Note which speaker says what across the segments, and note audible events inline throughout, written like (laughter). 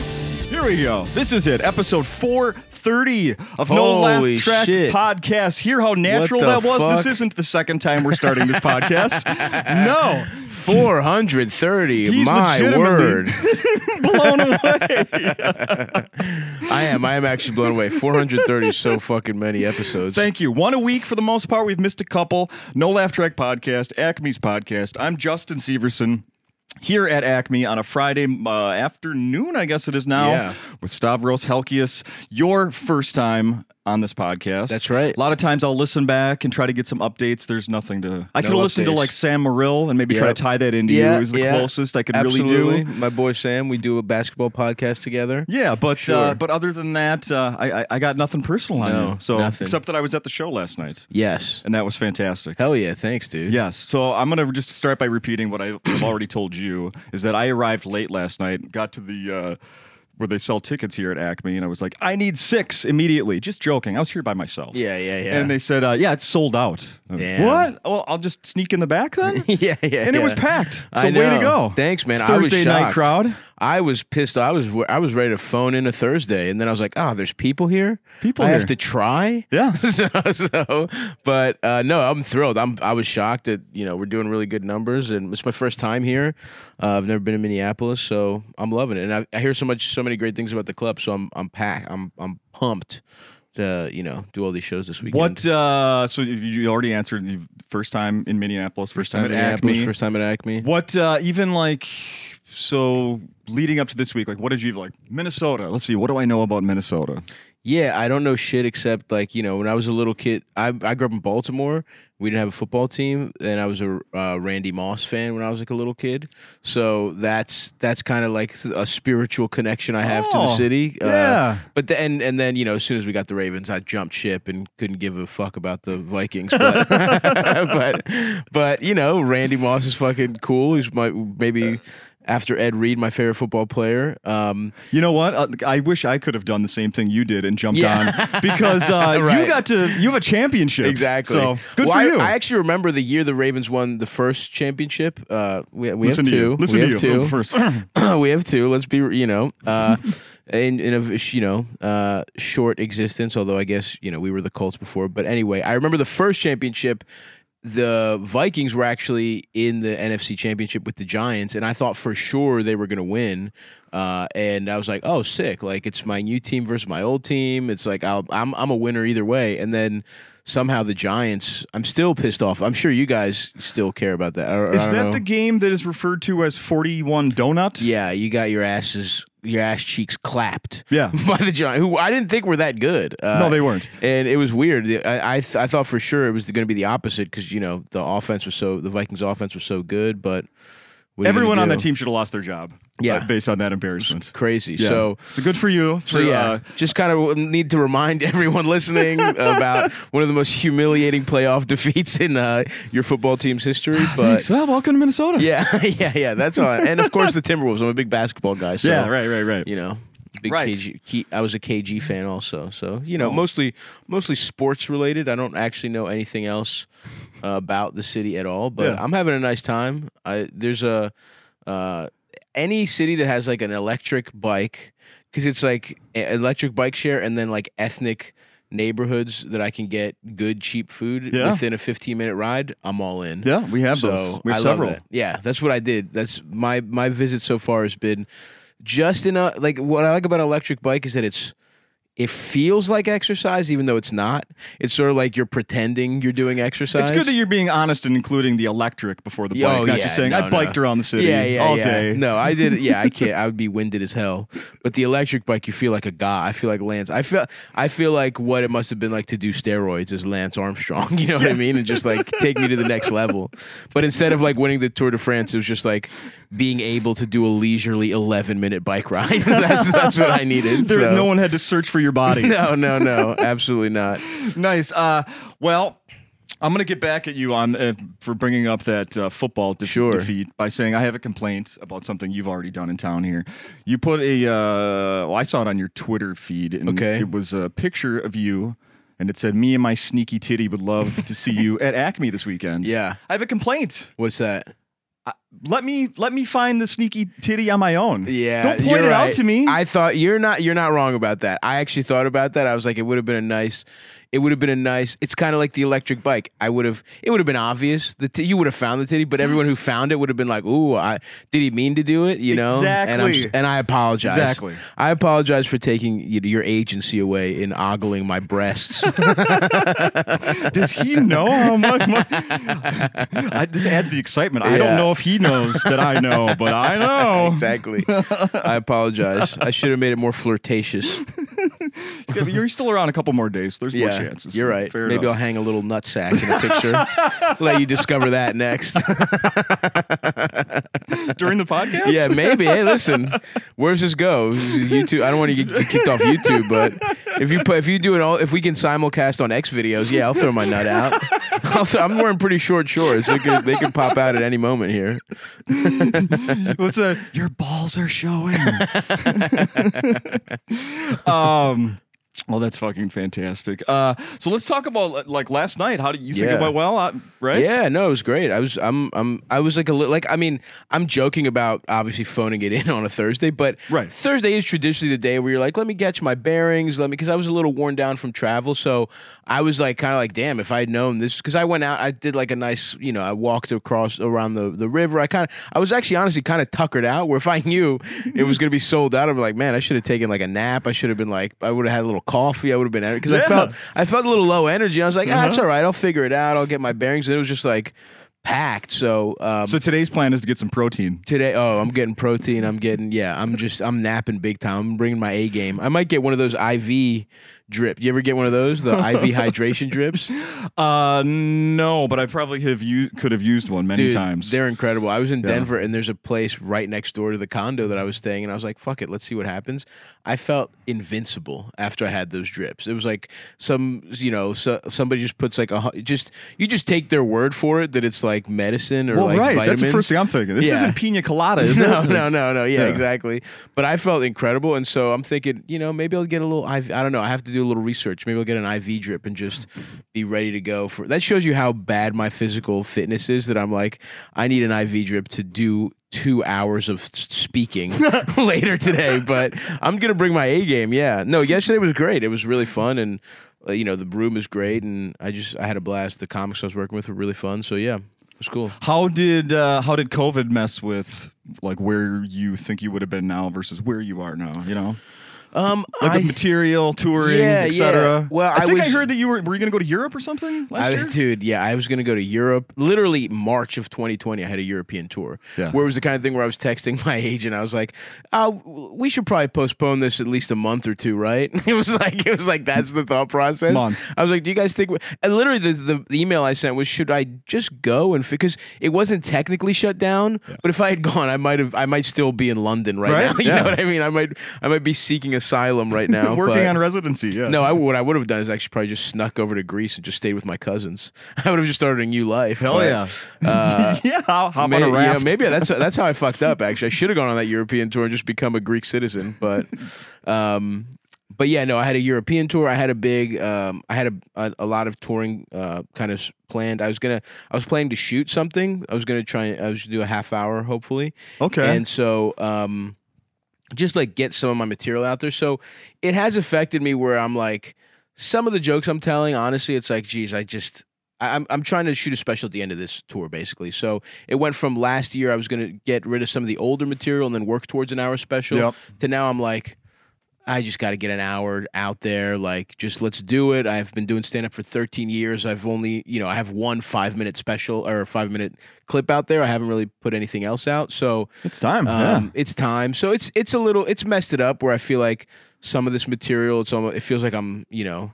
Speaker 1: Here we go. This is it. Episode 430 of No
Speaker 2: Holy
Speaker 1: Laugh Track
Speaker 2: shit.
Speaker 1: Podcast. Hear how natural
Speaker 2: the
Speaker 1: that was. This
Speaker 2: fuck?
Speaker 1: isn't the second time we're starting
Speaker 2: (laughs)
Speaker 1: this podcast. No.
Speaker 2: 430.
Speaker 1: He's
Speaker 2: my
Speaker 1: legitimately-
Speaker 2: word.
Speaker 1: Blown away.
Speaker 2: I am. I am actually blown away. 430 is so fucking many episodes.
Speaker 1: Thank you. One a week for the most part. We've missed a couple. No Laugh Track Podcast, Acme's Podcast. I'm Justin Severson. Here at Acme on a Friday uh, afternoon, I guess it is now,
Speaker 2: Yeah.
Speaker 1: with Stavros Helkias, your first time on this podcast.
Speaker 2: That's right.
Speaker 1: A lot of times I'll listen back and try to get some updates. There's nothing to. I
Speaker 2: No
Speaker 1: could listen to
Speaker 2: updates.
Speaker 1: like Sam Morrill and maybe try to
Speaker 2: Yep.
Speaker 1: tie that into you. Is the closest I could really
Speaker 2: Absolutely.
Speaker 1: do.
Speaker 2: My boy Sam, we do a basketball podcast together.
Speaker 1: Yeah, but uh,
Speaker 2: Sure.
Speaker 1: but other than that, uh, I, I I got nothing personal on
Speaker 2: No,
Speaker 1: you. So
Speaker 2: nothing.
Speaker 1: except that I was at the show last night,
Speaker 2: Yes.
Speaker 1: and that was fantastic.
Speaker 2: Hell yeah. Thanks, dude.
Speaker 1: Yes. So I'm going to just start by repeating what (coughs) I've already told you is that I arrived late last night, got to the. Uh, where they sell tickets here at Acme, and I was like, I need six immediately. Just joking. I was here by myself.
Speaker 2: Yeah, yeah, yeah.
Speaker 1: And they said, uh, Yeah, it's sold out. I was,
Speaker 2: Damn.
Speaker 1: What? Well, I'll just sneak in the back then.
Speaker 2: (laughs) (laughs) yeah, yeah.
Speaker 1: And it
Speaker 2: yeah.
Speaker 1: was packed. So
Speaker 2: I
Speaker 1: way to
Speaker 2: know.
Speaker 1: go.
Speaker 2: Thanks, man. I was
Speaker 1: Thursday night
Speaker 2: shocked.
Speaker 1: crowd.
Speaker 2: I was pissed. I was I was ready to phone in a Thursday, and then I was like, "Oh, there's people here.
Speaker 1: People
Speaker 2: I
Speaker 1: here."
Speaker 2: have to try."
Speaker 1: Yeah.
Speaker 2: (laughs) so, so- but uh, no, I'm thrilled. I'm I was shocked that you know we're doing really good numbers, and it's my first time here. Uh, I've never been in Minneapolis, so I'm loving it, and I, I hear so much, so many great things about the club. So I'm I'm packed. I'm I'm pumped to you know do all these shows this weekend.
Speaker 1: What? Uh, so you- you already answered the first time in Minneapolis, first time,
Speaker 2: Time at
Speaker 1: at
Speaker 2: Minneapolis,
Speaker 1: Acme.
Speaker 2: First time at Acme.
Speaker 1: What? Uh, even like so, leading up to this week, like what did you like? Minnesota. Let's see. What do I know about Minnesota?
Speaker 2: Yeah, I don't know shit except like you know when I was a little kid, I I grew up in Baltimore. We didn't have a football team, and I was a uh, Randy Moss fan when I was like a little kid. So that's that's kind of like a spiritual connection I have to
Speaker 1: Oh,
Speaker 2: the city. uh,
Speaker 1: yeah.
Speaker 2: But then and then you know as soon as we got the Ravens, I jumped ship and couldn't give a fuck about the Vikings.
Speaker 1: (laughs)
Speaker 2: But (laughs) but, but you know Randy Moss is fucking cool. He's my maybe. After Ed Reed, my favorite football player, um,
Speaker 1: You know what? Uh, I wish I could have done the same thing you did and jumped
Speaker 2: Yeah.
Speaker 1: on because uh, you
Speaker 2: (laughs) Right.
Speaker 1: got to you have a championship.
Speaker 2: Exactly.
Speaker 1: So good
Speaker 2: Well,
Speaker 1: for
Speaker 2: I,
Speaker 1: you.
Speaker 2: I actually remember the year the Ravens won the first championship. Uh, we we
Speaker 1: Listen to
Speaker 2: have two.
Speaker 1: you. Listen
Speaker 2: we
Speaker 1: to you Oh,
Speaker 2: have two. (clears throat)
Speaker 1: first. yeah,
Speaker 2: we have two. Let's be you know,
Speaker 1: (laughs)
Speaker 2: uh, in in a you know uh, short existence. Although I guess you know we were the Colts before, but anyway, I remember the first championship. The Vikings were actually in the NFC Championship with the Giants, and I thought for sure they were going to win. Uh, and I was like, "Oh, sick! Like it's my new team versus my old team. It's like I'll, I'm I'm a winner either way." And then somehow the Giants. I'm still pissed off. I'm sure you guys still care about that. I- I
Speaker 1: is
Speaker 2: don't
Speaker 1: that
Speaker 2: know.
Speaker 1: the game that is referred to as Forty One Donut?
Speaker 2: Yeah, you got your asses, your ass cheeks clapped.
Speaker 1: Yeah.
Speaker 2: (laughs) by the Giants, who I didn't think were that good. Uh,
Speaker 1: No, they weren't.
Speaker 2: and it was weird. The- I I, th- I thought for sure it was going to be the opposite because you know the offense was so the Vikings offense was so good, but what are you gonna
Speaker 1: Everyone on
Speaker 2: do?
Speaker 1: that team should have lost their job.
Speaker 2: Yeah.
Speaker 1: uh, based on that embarrassment.
Speaker 2: crazy.
Speaker 1: Yeah.
Speaker 2: So
Speaker 1: so good for you.
Speaker 2: So
Speaker 1: for,
Speaker 2: yeah,
Speaker 1: uh,
Speaker 2: just kind of need to remind (laughs) everyone listening about one of the most humiliating playoff (laughs) defeats in uh, your football team's history. But
Speaker 1: thanks. Well, welcome to Minnesota.
Speaker 2: (laughs) yeah, (laughs) yeah, yeah, that's all. And of course, the Timberwolves. I'm a big basketball guy. So
Speaker 1: yeah, right, right, right.
Speaker 2: you know big
Speaker 1: Right. Oh.
Speaker 2: KG, K- I was a KG fan also so you know mostly mostly sports related I don't actually know anything else uh, about the city at all but
Speaker 1: Yeah.
Speaker 2: I'm having a nice time I there's a uh, any city that has like an electric bike because it's like e- electric bike share and then like ethnic neighborhoods that I can get good cheap food
Speaker 1: Yeah.
Speaker 2: within a 15 minute ride I'm all in
Speaker 1: Yeah, we have those. We have
Speaker 2: I love
Speaker 1: several.
Speaker 2: that. Yeah, that's what I did. That's my my visit so far has been just enough. Like what I like about electric bike is that it's it feels like exercise even though it's not. It's sort of like you're pretending you're doing exercise.
Speaker 1: It's good that you're being honest and including the electric before the bike,
Speaker 2: Yeah, oh,
Speaker 1: not
Speaker 2: yeah,
Speaker 1: just saying
Speaker 2: no,
Speaker 1: I
Speaker 2: no.
Speaker 1: biked around the city
Speaker 2: yeah, yeah,
Speaker 1: all
Speaker 2: yeah.
Speaker 1: day.
Speaker 2: No, I
Speaker 1: (laughs)
Speaker 2: did. Yeah, I can't. I would be winded as hell. But the electric bike, you feel like a guy. I feel like Lance. I feel. I feel like what it must have been like to do steroids as Lance Armstrong. (laughs) You know what I mean? And just like take me to the next level. But instead of like winning the Tour de France, it was just like being able to do a leisurely eleven minute bike ride. (laughs) that's that's what I needed.
Speaker 1: There,
Speaker 2: so.
Speaker 1: No one had to search for your body.
Speaker 2: (laughs) No, no, no, absolutely not.
Speaker 1: Nice. Uh, well, I'm gonna get back at you on uh, for bringing up that uh, football de-
Speaker 2: Sure.
Speaker 1: defeat by saying I have a complaint about something you've already done in town here. You put a. Uh, well, I saw it on your Twitter feed, and
Speaker 2: Okay.
Speaker 1: it was a picture of you. And it said, "Me and my sneaky titty would love to see you at Acme this weekend."
Speaker 2: Yeah.
Speaker 1: I have a complaint.
Speaker 2: What's that?
Speaker 1: I- let me let me find the sneaky titty on my own.
Speaker 2: Yeah,
Speaker 1: don't point
Speaker 2: you're
Speaker 1: it out
Speaker 2: right.
Speaker 1: to me.
Speaker 2: I thought you're not you're not wrong about that. I actually thought about that. I was like, it would have been a nice, it would have been a nice. It's kind of like the electric bike. I would have it would have been obvious. The t- you would have found the titty, but
Speaker 1: (laughs)
Speaker 2: everyone who found it would have been like, ooh, I did he mean to do it? You know, and I'm, s-
Speaker 1: Exactly.
Speaker 2: and I apologize.
Speaker 1: Exactly.
Speaker 2: I apologize for taking you know, your agency away in ogling my breasts.
Speaker 1: (laughs)
Speaker 2: (laughs)
Speaker 1: Does he know how much? Money? I, this adds the excitement. I
Speaker 2: Yeah.
Speaker 1: don't know if he knows that I know, but I know. (laughs)
Speaker 2: (laughs) exactly. I apologize. I should have made it more flirtatious.
Speaker 1: Yeah, but you're still around a couple more days. There's more chances.
Speaker 2: You're right.
Speaker 1: Fair
Speaker 2: Maybe
Speaker 1: enough.
Speaker 2: I'll hang a little nutsack in
Speaker 1: (laughs)
Speaker 2: a picture. Let you discover that next.
Speaker 1: during
Speaker 2: (laughs)
Speaker 1: the podcast.
Speaker 2: yeah, maybe. Hey, listen, where's this go? YouTube. I don't want to get kicked off YouTube, but if you put, if you do it all, if we can simulcast on X videos, yeah, I'll throw my nut out. (laughs) I'll th- I'm wearing pretty short shorts. They could, they could pop out at any moment here.
Speaker 1: What's that? Your balls are showing. (laughs) um, well, that's fucking fantastic. Uh, so let's talk about like last night. How do you think
Speaker 2: Yeah.
Speaker 1: it went? Well, uh, right?
Speaker 2: Yeah, no, it was great. I was, I'm, I'm, I was like a little, like, I mean, I'm joking about obviously phoning it in on a Thursday, but
Speaker 1: Right.
Speaker 2: Thursday is traditionally the day where you're like, let me catch my bearings, let me, because I was a little worn down from travel, so I was like, kind of like, damn, if I'd known this, because I went out, I did like a nice, you know, I walked across around the the river. I kind of, I was actually honestly kind of tuckered out. Where if I knew it was gonna be sold out, I'm like, man, I should have taken like a nap. I should have been like, I would have had a little coffee. I would have been because I
Speaker 1: Yeah.
Speaker 2: felt I felt a little low energy. I was like, ah, it's all right. I'll figure it out. I'll get my bearings. And it was just like packed. So, um,
Speaker 1: So today's plan is to get some protein.
Speaker 2: today, oh, I'm getting protein. I'm getting, yeah, I'm just, I'm napping big time. I'm bringing my A game. I might get one of those IV drip. You ever get one of those? The
Speaker 1: (laughs)
Speaker 2: IV hydration drips?
Speaker 1: Uh, no, but I probably have you could have used one many
Speaker 2: Dude,
Speaker 1: times.
Speaker 2: They're incredible. I was in Denver and there's a place right next door to the condo that I was staying in. I was like, fuck it, let's see what happens. I felt invincible after I had those drips. It was like some, you know, so, somebody just puts like a, hu- just, you just take their word for it that it's like medicine or
Speaker 1: well,
Speaker 2: like
Speaker 1: right. That's
Speaker 2: vitamins.
Speaker 1: the first thing I'm thinking. This
Speaker 2: Yeah.
Speaker 1: isn't pina colada, is
Speaker 2: (laughs) no,
Speaker 1: it?
Speaker 2: no, no, no. Yeah,
Speaker 1: Yeah.
Speaker 2: exactly. But I felt incredible, and so I'm thinking, you know, maybe I'll get a little. IV, I don't know. I have to do a little research. Maybe I'll get an IV drip and just be ready to go for. That shows you how bad my physical fitness is. That I'm like, I need an IV drip to do two hours of s- (laughs) speaking later today. But I'm gonna bring my A game. Yeah. No, yesterday was great. It was really fun and. uh, You know the room is great, and I just I had a blast. The comics I was working with were really fun, so yeah, it was cool.
Speaker 1: How did uh, how did COVID mess with like where you think you would have been now versus where you are now? You know,
Speaker 2: Um,
Speaker 1: like
Speaker 2: I,
Speaker 1: with material, touring,
Speaker 2: Yeah,
Speaker 1: etc.
Speaker 2: yeah. Well,
Speaker 1: I
Speaker 2: I
Speaker 1: think I
Speaker 2: was-
Speaker 1: heard that you were were you going to go to Europe or something last
Speaker 2: I,
Speaker 1: year.
Speaker 2: dude, yeah, I was gonna go to Europe. Literally March of 2020, I had a European tour.
Speaker 1: Yeah.
Speaker 2: Where it was the kind of thing where I was texting (laughs) my agent. I was like, oh, we should probably postpone this at least a month or two, right? (laughs) It was like it was like that's the thought process.
Speaker 1: Month.
Speaker 2: I was like, do you guys think? we-" And literally, the, the, the email I sent was, should I just go and because it wasn't technically shut down, but if I had gone, I might have, I might still be in London right,
Speaker 1: Right?
Speaker 2: now. (laughs) You
Speaker 1: Yeah.
Speaker 2: know what I mean? I might, I might be seeking asylum
Speaker 1: (laughs)
Speaker 2: right now.
Speaker 1: Working
Speaker 2: but-
Speaker 1: on residency, yeah.
Speaker 2: no, I, what I would have done is actually probably just snuck over to Greece and just stayed with my cousins. (laughs) I would have just started a new life.
Speaker 1: Hell
Speaker 2: but,
Speaker 1: yeah.
Speaker 2: Uh,
Speaker 1: (laughs) yeah, I'll (laughs) hop
Speaker 2: may-
Speaker 1: on a
Speaker 2: you know,
Speaker 1: raft.
Speaker 2: maybe that's that's
Speaker 1: (laughs)
Speaker 2: how I fucked up. Actually, I should have gone on that European tour and just become a Greek citizen. But, um, but yeah, no, I had a European tour. I had a big, um, I had a a, a lot of touring uh, kind of s- planned. I was gonna, I was planning to shoot something. I was gonna try. and I was gonna do a half hour, hopefully.
Speaker 1: okay.
Speaker 2: And so, um, just like get some of my material out there. So it has affected me where I'm like, some of the jokes I'm telling, honestly, it's like, geez, I just. I- I'm, I'm trying to shoot a special at the end of this tour, basically. So it went from last year, I was going to get rid of some of the older material and then work towards an hour special,
Speaker 1: Yep.
Speaker 2: to now I'm like, I just got to get an hour out there. Like, just let's do it. I've been doing stand up for 13 years. I've only, you know, I have one five minute special or five minute clip out there. I haven't really put anything else out. So
Speaker 1: it's time.
Speaker 2: um, It's time. So it's it's a little it's messed it up where I feel like some of this material it's almost it feels like I'm you know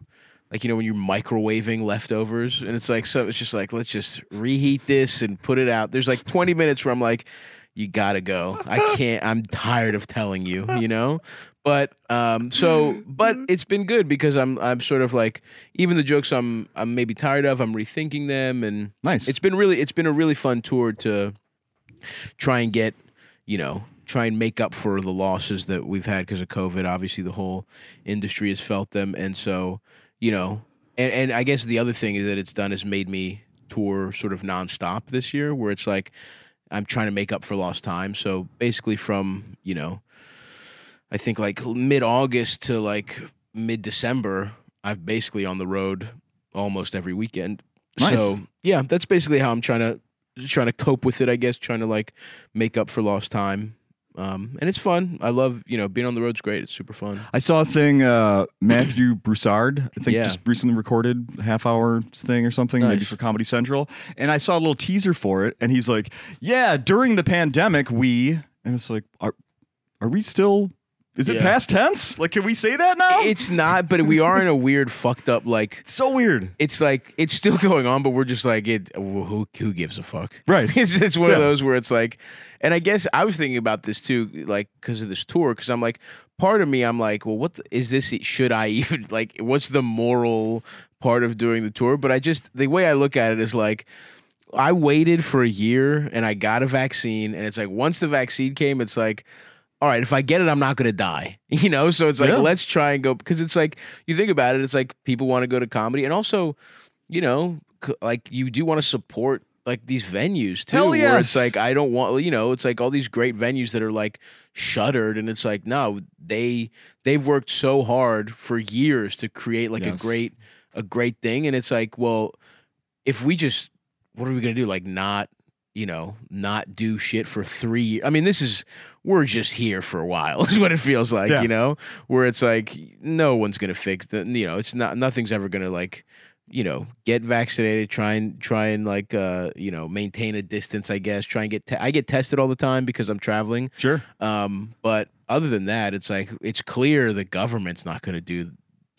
Speaker 2: like you know when you're microwaving leftovers and it's like so it's just like let's just reheat this and put it out. There's like 20 minutes where I'm like you gotta go. I can't. I'm tired of telling you. You know. But um, so, but it's been good because I'm I'm sort of like even the jokes I'm I'm maybe tired of I'm rethinking them and
Speaker 1: yeah. Nice.
Speaker 2: it's been really it's been a really fun tour to try and get you know try and make up for the losses that we've had because of covid obviously the whole industry has felt them and so you know and and i guess the other thing is that it's done is made me tour sort of nonstop this year where it's like I'm trying to make up for lost time. So basically, from you know, I think like mid August to like mid December, I've basically on the road almost every weekend.
Speaker 1: Nice.
Speaker 2: So yeah, that's basically how I'm trying to trying to cope with it. I guess trying to like make up for lost time. Um, and it's fun. I love you know being on the road's great. It's super fun.
Speaker 1: I saw a thing, uh, Matthew Broussard, I think
Speaker 2: Yeah.
Speaker 1: just recently recorded a half hour thing or something, maybe
Speaker 2: Nice.
Speaker 1: for Comedy Central. And I saw a little teaser for it, and he's like, Yeah, during the pandemic, we. And it's like, Are, are we still. Is it
Speaker 2: Yeah.
Speaker 1: past tense? Like, can we say that now?
Speaker 2: It's not, but we are in a weird fucked up like.
Speaker 1: It's so weird.
Speaker 2: It's like it's still (laughs) going on, but we're just like it. Who who gives a fuck?
Speaker 1: Right.
Speaker 2: (laughs) it's it's one of
Speaker 1: Yeah.
Speaker 2: those where it's like, and I guess I was thinking about this too, like because of this tour, because I'm like, part of me, I'm like, well, what the, is this? Should I (laughs) even like? What's the moral part of doing the tour? But I just the way I look at it is like. I waited for a year and I got a vaccine, and it's like once the vaccine came, it's like, all right, if I get it, I'm not gonna die, (laughs) you know. So it's like
Speaker 1: Yeah.
Speaker 2: let's try and go because it's like you think about it, it's like people want to go to comedy, and also, you know, c- like you do want to support like these venues too.
Speaker 1: Hell
Speaker 2: where it's
Speaker 1: yes.
Speaker 2: like I don't want, you know, it's like all these great venues that are like shuttered, and it's like no, they they've worked so hard for years to create like a
Speaker 1: Yes.
Speaker 2: great a great thing, and it's like well, if we just what are we gonna do? Like not you know not do shit for three years. I mean, this is we're just here for a while (laughs) is what it feels like,
Speaker 1: Yeah.
Speaker 2: you know, where it's like no one's gonna fix the you know it's not nothing's ever gonna like you know get vaccinated try and try and like uh you know maintain a distance i guess try and get te- i get tested all the time because i'm traveling
Speaker 1: Sure.
Speaker 2: um, but other than that, it's like it's clear the government's not going to do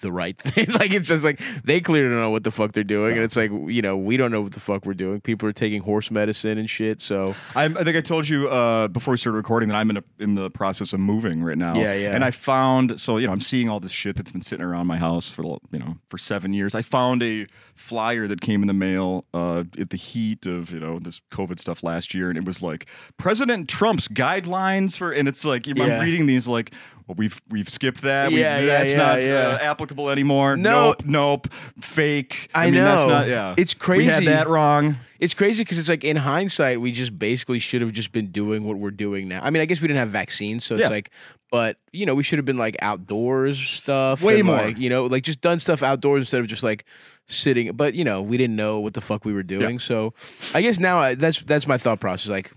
Speaker 2: the right (laughs) thing. like it's just like they clearly don't know what the fuck they're doing, and it's like you know we don't know what the fuck we're doing. People are taking horse medicine and shit. So
Speaker 1: I'm, I think I told you uh, before we started recording that I'm in a, in the process of moving right now.
Speaker 2: Yeah, yeah.
Speaker 1: And I found so you know I'm seeing all this shit that's been sitting around my house for you know for seven years. I found a flyer that came in the mail uh, at the heat of you know this COVID stuff last year, and it was like President Trump's guidelines for, and it's like
Speaker 2: Yeah.
Speaker 1: I'm reading these like. Well, we've we've skipped that. We-
Speaker 2: Yeah, yeah,
Speaker 1: that's
Speaker 2: yeah,
Speaker 1: not
Speaker 2: yeah.
Speaker 1: Uh, applicable anymore.
Speaker 2: No.
Speaker 1: Nope, nope. Fake.
Speaker 2: I
Speaker 1: mean, That's
Speaker 2: know.
Speaker 1: not, yeah,
Speaker 2: It's
Speaker 1: We had
Speaker 2: crazy.
Speaker 1: that wrong.
Speaker 2: it's crazy because it's like in hindsight, we just basically should have just been doing what we're doing now. I mean, I guess we didn't have vaccines, so it's
Speaker 1: Yeah.
Speaker 2: like, but you know, we should have been like outdoors stuff,
Speaker 1: Way
Speaker 2: and,
Speaker 1: more.
Speaker 2: like, you know, like just done stuff outdoors instead of just like sitting. But you know, we didn't know what the fuck we were doing, so I guess now I, that's that's my thought process. Like,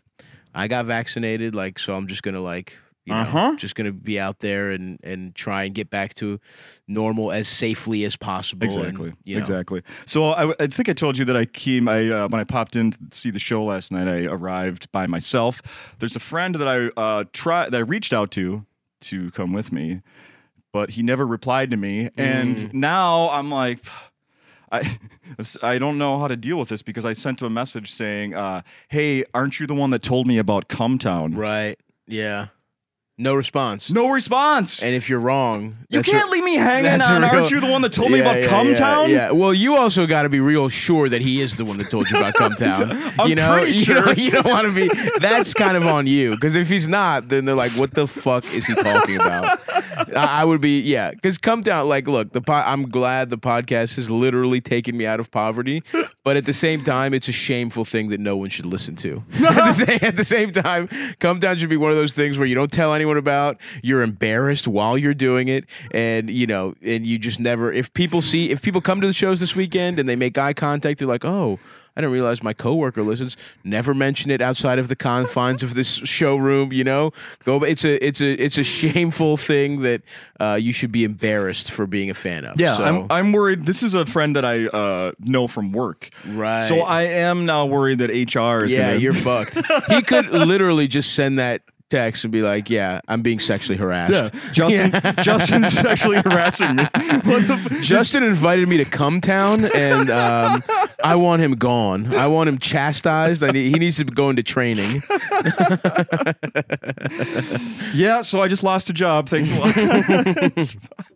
Speaker 2: I got vaccinated, like, so I'm just gonna like. You know,
Speaker 1: Uh-huh.
Speaker 2: just gonna be out there and and try and get back to normal as safely as possible. and,
Speaker 1: Exactly.
Speaker 2: you know.
Speaker 1: Exactly. So I, I think I told you that I came. I uh, when I popped in to see the show last night, I arrived by myself. There's a friend that I uh, try that I reached out to to come with me, but he never replied to me.
Speaker 2: Mm.
Speaker 1: And now I'm like. (sighs) I, (laughs) I don't know how to deal with this because I sent him a message saying, uh, "Hey, aren't you the one that told me about Cumtown?"
Speaker 2: Right. Yeah. No response.
Speaker 1: No response.
Speaker 2: And if you're wrong,
Speaker 1: you
Speaker 2: that's a-
Speaker 1: can't
Speaker 2: (laughs)
Speaker 1: leave me hanging
Speaker 2: that's a
Speaker 1: on.
Speaker 2: real-
Speaker 1: Aren't you the one that told me
Speaker 2: Yeah,
Speaker 1: about
Speaker 2: yeah,
Speaker 1: Cumtown?
Speaker 2: Yeah, yeah. Well, you also got to be real sure that he is the one that told you about Cumtown.
Speaker 1: (laughs) I'm
Speaker 2: you know,
Speaker 1: pretty
Speaker 2: you, know
Speaker 1: sure.
Speaker 2: you don't want to be. That's kind of on you because if he's not, then they're like, "What the fuck is he talking about?" I, I would be, yeah, because Cumtown. Like, look, the po- I'm glad the podcast has literally taken me out of poverty, but at the same time, it's a shameful thing that no one should listen to. at, the same, at the same time, Cumtown should be one of those things where you don't tell anyone about. You're embarrassed while you're doing it, and you know, and you just never. If people see, if people come to the shows this weekend and they make eye contact, they're like, "Oh, I didn't realize my coworker listens." Never mention it outside of the confines of this showroom. You know, go. It's a, it's a, it's a shameful thing that uh, you should be embarrassed for being a fan of.
Speaker 1: Yeah,
Speaker 2: so,
Speaker 1: I'm, I'm worried. This is a friend that I uh, know from work.
Speaker 2: Right.
Speaker 1: So I am now worried that HR is
Speaker 2: yeah,
Speaker 1: going
Speaker 2: you're fucked. He could literally just send that text and be like, "Yeah, I'm being sexually harassed."
Speaker 1: (laughs) Yeah, Justin.
Speaker 2: (laughs)
Speaker 1: Justin's sexually harassing me. What the f-
Speaker 2: Justin invited me to come town, and um, I want him gone. I want him chastised. I need, he needs to go
Speaker 1: (laughs)
Speaker 2: into training.
Speaker 1: yeah. So I just lost a job. Thanks a lot. (laughs)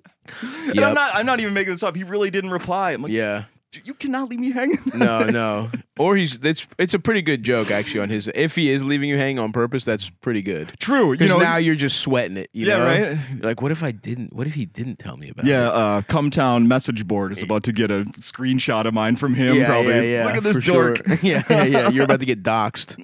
Speaker 1: And
Speaker 2: Yep.
Speaker 1: I'm not. I'm not even making this up. He really didn't reply. I'm like,
Speaker 2: Yeah.
Speaker 1: "Dude, you cannot leave me hanging.
Speaker 2: No, no. or he's it's it's a pretty good joke actually on his. If he is leaving you hanging on purpose, that's pretty good.
Speaker 1: (laughs) True. You
Speaker 2: Because
Speaker 1: know,
Speaker 2: now you're just sweating it. You
Speaker 1: Yeah,
Speaker 2: know?
Speaker 1: right?
Speaker 2: You're like, what if I didn't? What if he didn't tell me about
Speaker 1: Yeah,
Speaker 2: it?
Speaker 1: uh, Cumtown message board is about to get a screenshot of mine from him. probably. Look at this
Speaker 2: for
Speaker 1: dork.
Speaker 2: sure. (laughs) yeah, yeah, yeah. You're about
Speaker 1: (laughs)
Speaker 2: to get doxxed.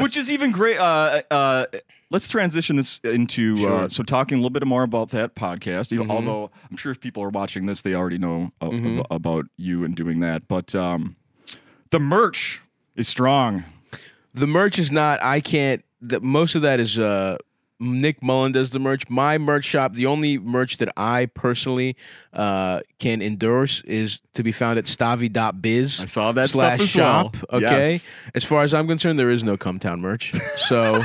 Speaker 1: Which is even great. Uh, uh, let's transition this into uh,
Speaker 2: Sure. Mm-hmm.
Speaker 1: so talking a little bit more about that podcast. You know, Although I'm sure if people are watching this, they already know uh, ab- about you and doing that. But um, the merch is strong.
Speaker 2: The merch is not. I can't. The, most of that is uh, Nick Mullen does the merch. My merch shop. The only merch that I personally uh, can endorse is to be found at Stavi.biz.
Speaker 1: I saw that
Speaker 2: slash
Speaker 1: stuff as well.
Speaker 2: shop. Okay.
Speaker 1: Yes.
Speaker 2: As far as I'm concerned, there is no Cumtown merch.
Speaker 1: (laughs)
Speaker 2: So.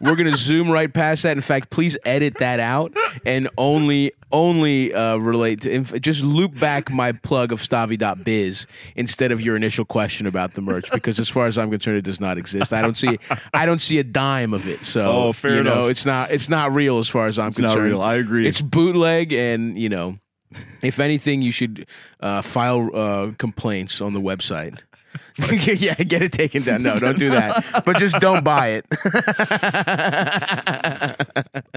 Speaker 2: We're gonna zoom right past that. In fact, please edit that out and only only uh, relate to inf- just loop back my plug of Stavi.biz instead of your initial question about the merch because as far as I'm concerned, it does not exist. I don't see I don't see a dime of it. So
Speaker 1: Oh, fair
Speaker 2: you know,
Speaker 1: enough.
Speaker 2: it's not it's not real as far as I'm
Speaker 1: It's not
Speaker 2: concerned.
Speaker 1: real. I agree.
Speaker 2: It's bootleg, and you know, if anything, you should uh, file uh, complaints on the website. (laughs) yeah, get it taken down. No, don't do that. But just don't buy it.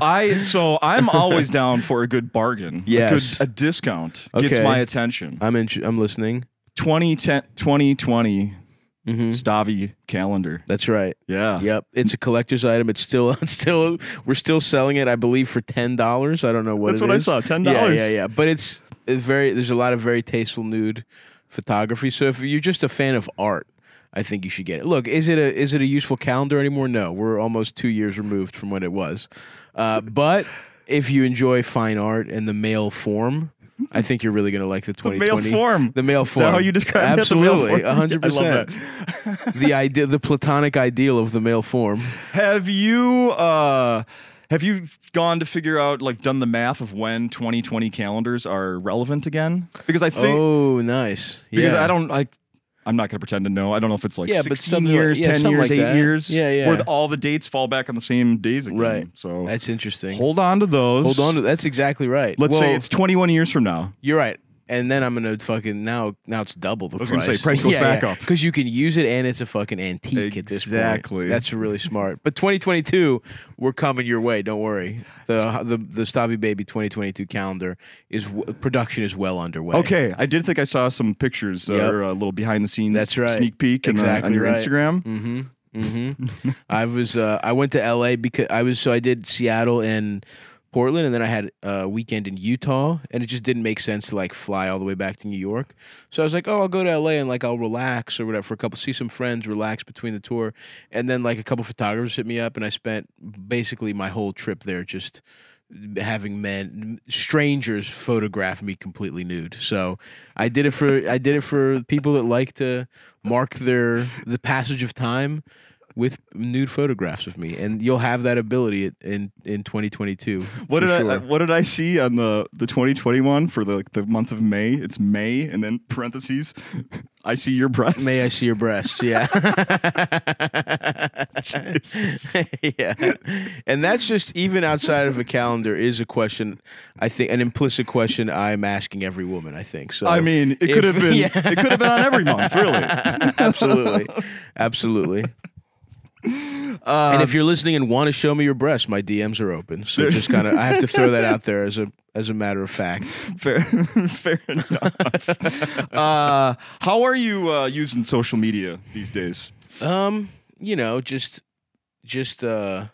Speaker 1: I so I'm always down for a good bargain.
Speaker 2: Yes.
Speaker 1: a, good, a discount gets
Speaker 2: Okay.
Speaker 1: my attention.
Speaker 2: I'm in, I'm listening.
Speaker 1: 2010, 2020
Speaker 2: Mhm.
Speaker 1: Stavi calendar.
Speaker 2: That's right.
Speaker 1: Yeah.
Speaker 2: Yep, it's a collector's item. It's still, (laughs) it's still, we're still selling it. I believe for ten dollars. I don't know what
Speaker 1: That's
Speaker 2: it
Speaker 1: what I
Speaker 2: is.
Speaker 1: saw, $10.
Speaker 2: Yeah, yeah, yeah. But it's, it's very. There's a lot of very tasteful nude photography. So if you're just a fan of art, I think you should get it. Look, is it a is it a useful calendar anymore? No, we're almost two years removed from when it was. Uh, but if you enjoy fine art in the mail form. I think you're really going to like the
Speaker 1: mail
Speaker 2: 2020.
Speaker 1: form.
Speaker 2: The mail
Speaker 1: Is that
Speaker 2: form.
Speaker 1: how you describe it? The mail
Speaker 2: Absolutely,
Speaker 1: form? (laughs)
Speaker 2: 100%.
Speaker 1: I love that.
Speaker 2: the idea, the platonic ideal of the
Speaker 1: (laughs)
Speaker 2: male form.
Speaker 1: Have you uh have you gone to figure out like done the math of when 2020 calendars are relevant again? Because I think
Speaker 2: Oh, nice.
Speaker 1: because
Speaker 2: yeah.
Speaker 1: I don't I I'm not going to pretend to know. I don't know if it's like
Speaker 2: Yeah, but
Speaker 1: 16
Speaker 2: something like-
Speaker 1: years,
Speaker 2: yeah,
Speaker 1: 10
Speaker 2: something
Speaker 1: years,
Speaker 2: like
Speaker 1: 8
Speaker 2: that.
Speaker 1: years
Speaker 2: Yeah, yeah.
Speaker 1: where all the dates fall back on the same days again.
Speaker 2: Right.
Speaker 1: So
Speaker 2: That's interesting. Hold,
Speaker 1: hold on to those.
Speaker 2: on. To, that's exactly right.
Speaker 1: Let's say
Speaker 2: Well,
Speaker 1: it's 21 years from now.
Speaker 2: You're right. And then I'm gonna fucking now. Now it's double the
Speaker 1: was
Speaker 2: price.
Speaker 1: gonna say,
Speaker 2: (laughs)
Speaker 1: price goes back up.
Speaker 2: because you can use it and it's a fucking antique at this point.
Speaker 1: Exactly.
Speaker 2: That's really smart. But 2022, we're coming your way. Don't worry. The the the Stabby Baby 2022 calendar is w- production is well underway.
Speaker 1: Okay, I did think I saw some pictures that
Speaker 2: Yep.
Speaker 1: are a little behind the scenes
Speaker 2: That's right.
Speaker 1: sneak peek in the-
Speaker 2: Exactly
Speaker 1: on your
Speaker 2: right.
Speaker 1: Instagram.
Speaker 2: hmm hmm I was uh, I went to LA because I was so I did Seattle and Portland and then I had a weekend in Utah and it just didn't make sense to like fly all the way back to New York. So I was like, oh, I'll go to LA and like I'll relax or whatever for a couple, see some friends, relax between the tour, and then like a couple photographers hit me up and I spent basically my whole trip there just having men strangers photograph me completely nude. So I did it for I did it for people that like to mark their the passage of time with nude photographs of me, and you'll have that ability in in 2022.
Speaker 1: (laughs) What
Speaker 2: for
Speaker 1: did I
Speaker 2: sure.
Speaker 1: I what did I see on the the 2021 for the the month of May? It's May and then parentheses (laughs) I see your breasts. (laughs)
Speaker 2: May I see your breasts? Yeah. (laughs) yeah. And that's just even outside of a calendar is a question I think an implicit question I'm asking every woman, I think. So
Speaker 1: I mean, it
Speaker 2: if-
Speaker 1: could have been
Speaker 2: (laughs) Yeah.
Speaker 1: it could have been on every month,
Speaker 2: (laughs)
Speaker 1: really.
Speaker 2: absolutely. Absolutely. and
Speaker 1: Uh, Um,
Speaker 2: if you're listening and want to show me your breasts, my DMs are open. So just kind of, I have to
Speaker 1: (laughs)
Speaker 2: throw that out there as a as a matter of fact.
Speaker 1: Fair, fair enough. (laughs) Uh, how are you uh, using social media these days?
Speaker 2: Um, you know, just just uh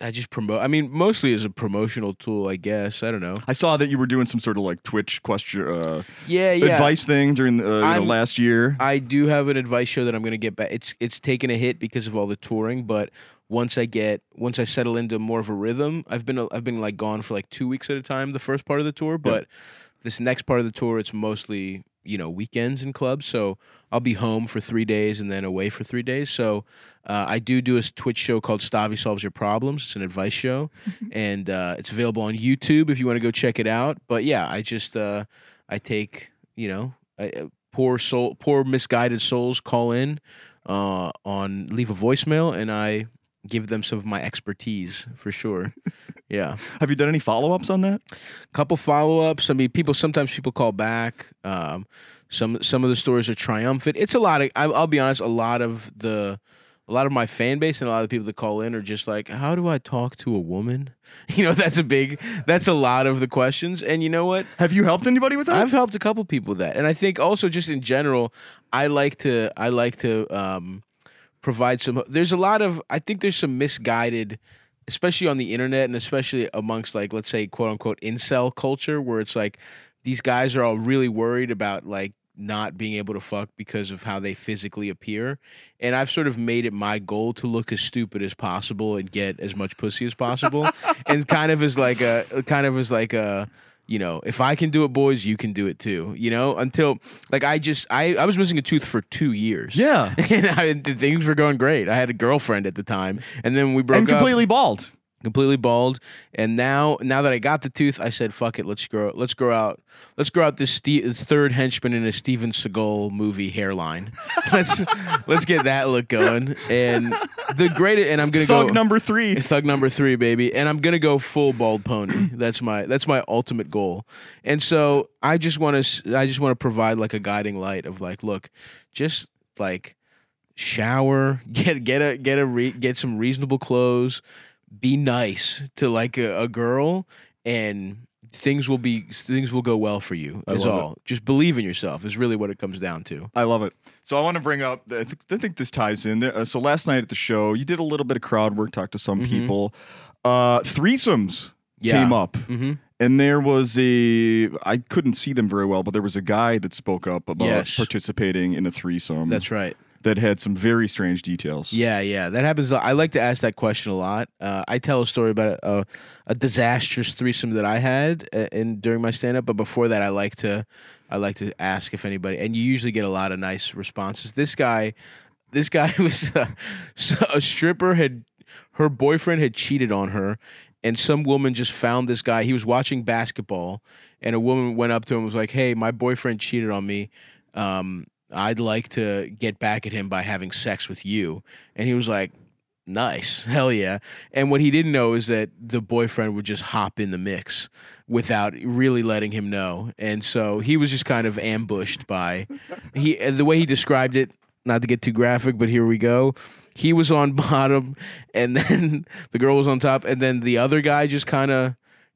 Speaker 2: I just promote I mean, mostly as a promotional tool, I guess. I don't know.
Speaker 1: I saw that you were doing some sort of like Twitch question uh,
Speaker 2: Yeah, yeah.
Speaker 1: advice thing during the, uh, you know,
Speaker 2: I'm-
Speaker 1: last year.
Speaker 2: I do have an advice show that I'm going to get back. It's it's taken a hit because of all the touring, but once I get once I settle into more of a rhythm, I've been I've been like gone for like two weeks at a time the first part of the tour, but this next part of the tour it's mostly you know weekends and clubs. So I'll be home for three days and then away for three days. So uh, I do do a Twitch show called Stavi Solves Your Problems. It's an advice show, and uh, it's available on YouTube if you want to go check it out. But yeah, I just uh, I take you know. I, I- poor soul, poor misguided souls call in uh, on leave a voicemail, and I give them some of my expertise for sure. yeah,
Speaker 1: Have you done any follow ups on that?
Speaker 2: couple follow ups. I mean, people sometimes people call back. Um, some some of the stories are triumphant. It's a lot of. I, I'll be honest. A lot of the. A lot of my fan base and a lot of people that call in are just like, "How do I talk to a woman?" (laughs) You know, that's a big, that's a lot of the questions. And you know what?
Speaker 1: Have you helped anybody with that?
Speaker 2: I've helped a couple people with that, and I think also just in general, I like to I like to um, provide some. There's a lot of I think there's some misguided, especially on the internet, and especially amongst like let's say quote unquote incel culture, where it's like these guys are all really worried about like not being able to fuck because of how they physically appear and i've sort of made it my goal to look as stupid as possible and get as much pussy as possible and kind of as like a kind of as like a you know if i can do it boys you can do it too you know until like i just i i was missing a tooth for 2 years (laughs)
Speaker 1: yeah.
Speaker 2: and I, the things were going great i had a girlfriend at the time and then we broke
Speaker 1: I'm
Speaker 2: up
Speaker 1: completely bald.
Speaker 2: completely bald and now now that i got the tooth i said fuck it let's grow let's grow out let's grow out this, Ste- this third henchman in a steven seagal movie hairline (laughs) let's let's get that look going and the greatest and i'm gonna
Speaker 1: Thug
Speaker 2: go
Speaker 1: number
Speaker 2: (laughs)
Speaker 1: three.
Speaker 2: Thug number three, baby, and I'm gonna go full
Speaker 1: (clears throat)
Speaker 2: bald pony. That's my that's my ultimate goal, and so I just want to I just want to provide like a guiding light of like, look, just like shower, (laughs) get get a get a re, get some reasonable clothes, be nice to like a, a girl, and things will be things will go well for you.
Speaker 1: I
Speaker 2: Is
Speaker 1: love it. Mm.
Speaker 2: all. Just believe in yourself is really what it comes down to.
Speaker 1: I love it. So I want to bring up. I think, I think this ties in. Uh, so last night at the show, you did a little bit of crowd work, talked to some
Speaker 2: Mhm.
Speaker 1: people. Uh, threesomes
Speaker 2: Yeah.
Speaker 1: came up,
Speaker 2: Mm-hmm.
Speaker 1: and there was a. I couldn't see them very well, but there was a guy that spoke up about
Speaker 2: Yes.
Speaker 1: participating in a threesome.
Speaker 2: That's right.
Speaker 1: that had some very strange details.
Speaker 2: Yeah, yeah, that happens. a lot. I like to ask that question a lot. Uh, I tell a story about a, a disastrous threesome that I had uh, in during my stand up, but before that, I like to I like to ask if anybody, and you usually get a lot of nice responses. This guy, this guy (laughs) was uh, so a stripper had her boyfriend had cheated on her. And some woman just found this guy. He was watching basketball, and a woman went up to him and was like, "Hey, my boyfriend cheated on me. Um, I'd like to get back at him by having sex with you. And he was like, nice, (laughs) hell yeah. And what he didn't know is that the boyfriend would just hop in the mix without really letting him know. And so he was just kind of ambushed by he and the way he described it, not to get too graphic, but here we go. He was on (laughs) bottom and then (laughs) the girl was on top and then the other guy just kind of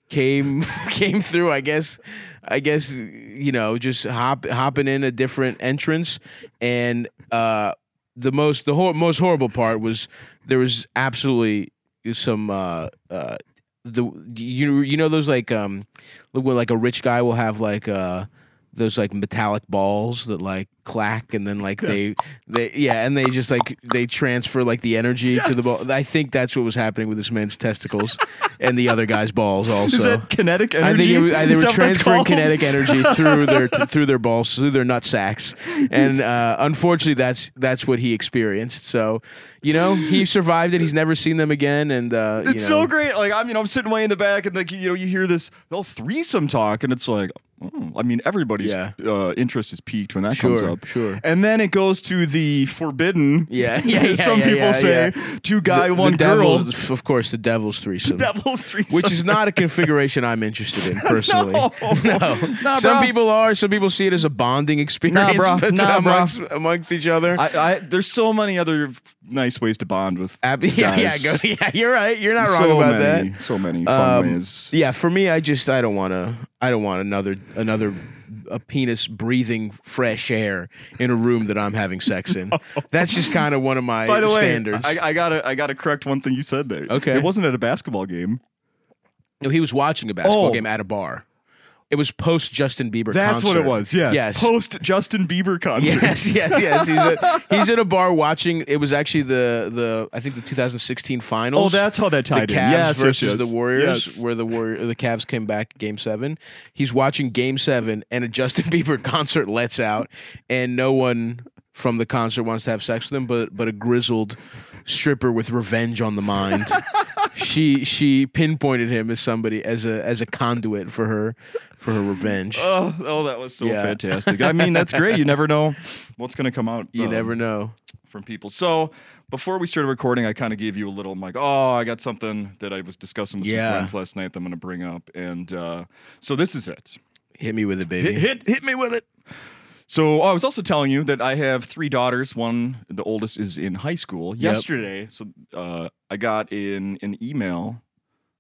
Speaker 2: came (laughs) came through i guess i guess you know just hop hopping in a different entrance and uh the most the hor- most horrible part was there was absolutely some uh uh the you you know those like um where like a rich guy will have like uh those like metallic balls that like clack and then like they they yeah and they just like they transfer like the energy to the
Speaker 1: Yes.
Speaker 2: ball i think that's what was happening with this man's testicles and the other guy's balls
Speaker 1: (laughs)
Speaker 2: also
Speaker 1: Is that kinetic energy?
Speaker 2: I think it was, I, they
Speaker 1: Is
Speaker 2: were
Speaker 1: that what that's
Speaker 2: transferring
Speaker 1: called?
Speaker 2: kinetic energy
Speaker 1: (laughs)
Speaker 2: through their through their balls, through their nut sacks, and uh, unfortunately, that's that's what he experienced. So, you know, he survived it. He's never seen them again, and uh, you
Speaker 1: It's
Speaker 2: know,
Speaker 1: so great. Like I mean, I'm sitting way in the back, and like you know, you hear this whole threesome talk, and it's like, oh, I mean, everybody's
Speaker 2: Yeah.
Speaker 1: uh, interest is peaked when that comes
Speaker 2: Sure,
Speaker 1: up.
Speaker 2: sure.
Speaker 1: And then it goes to the forbidden.
Speaker 2: Yeah,
Speaker 1: (laughs)
Speaker 2: yeah, yeah,
Speaker 1: some
Speaker 2: yeah,
Speaker 1: people
Speaker 2: yeah,
Speaker 1: say two guy,
Speaker 2: The-
Speaker 1: one
Speaker 2: the
Speaker 1: girl.
Speaker 2: devil- of course, the devil's
Speaker 1: (laughs)
Speaker 2: threesome.
Speaker 1: Devil's threesome.
Speaker 2: which is not a configuration I'm interested in personally.
Speaker 1: (laughs)
Speaker 2: (laughs)
Speaker 1: No. Nah,
Speaker 2: some
Speaker 1: bro.
Speaker 2: people are. Some people see it as a bonding experience (laughs)
Speaker 1: bro.
Speaker 2: bet-
Speaker 1: Nah, bro.
Speaker 2: amongst, amongst each other.
Speaker 1: I, I, there's so many other nice ways to bond with.
Speaker 2: Abby, (laughs) yeah, yeah,
Speaker 1: guys.
Speaker 2: go, yeah, you're right. You're not
Speaker 1: so
Speaker 2: wrong about that.
Speaker 1: many, So many fun
Speaker 2: Um,
Speaker 1: ways.
Speaker 2: Yeah, for me, I just I don't want to. I don't want another another a penis breathing fresh air in a room that I'm having
Speaker 1: (laughs)
Speaker 2: sex in. That's just kind of one of my
Speaker 1: By the
Speaker 2: standards.
Speaker 1: way, I, I gotta I gotta correct one thing you said there.
Speaker 2: Okay.
Speaker 1: it wasn't at a basketball game.
Speaker 2: no, he was watching a basketball
Speaker 1: Oh.
Speaker 2: game at a bar. It was post Justin Bieber.
Speaker 1: That's what it
Speaker 2: concert.
Speaker 1: was. Yeah.
Speaker 2: Yes.
Speaker 1: Post Justin Bieber concert.
Speaker 2: (laughs) Yes, yes, yes. He's at, he's at
Speaker 1: (laughs)
Speaker 2: a bar watching. It was actually the the I think the 2016
Speaker 1: Oh,
Speaker 2: finals.
Speaker 1: that's how that
Speaker 2: the
Speaker 1: tied
Speaker 2: Cavs
Speaker 1: in. Yes, yes,
Speaker 2: versus
Speaker 1: yes.
Speaker 2: the Warriors,
Speaker 1: Yes.
Speaker 2: where the Warrior, the Cavs came back Game Seven. He's watching Game Seven, and a Justin (laughs) Bieber concert lets out, and no one from the concert wants to have sex with him, but but a grizzled stripper with revenge on
Speaker 1: (laughs)
Speaker 2: the mind. she she pinpointed him as somebody as a as a conduit for her for her revenge.
Speaker 1: Oh, oh, that was so
Speaker 2: Yeah. (laughs)
Speaker 1: fantastic. I mean, that's great. You never know what's going to come out.
Speaker 2: you
Speaker 1: um,
Speaker 2: never know.
Speaker 1: from people. So before we started recording, I kind of gave you a little, I'm like, oh, I got something that I was discussing with
Speaker 2: Yeah.
Speaker 1: some friends last night that I'm going to bring up. And uh, so this is it.
Speaker 2: Hit me with it, baby.
Speaker 1: Hit, hit, hit me with it. So oh, I was also telling you that I have three daughters. One, the oldest, is in high school. Yesterday, so uh, I got in an email.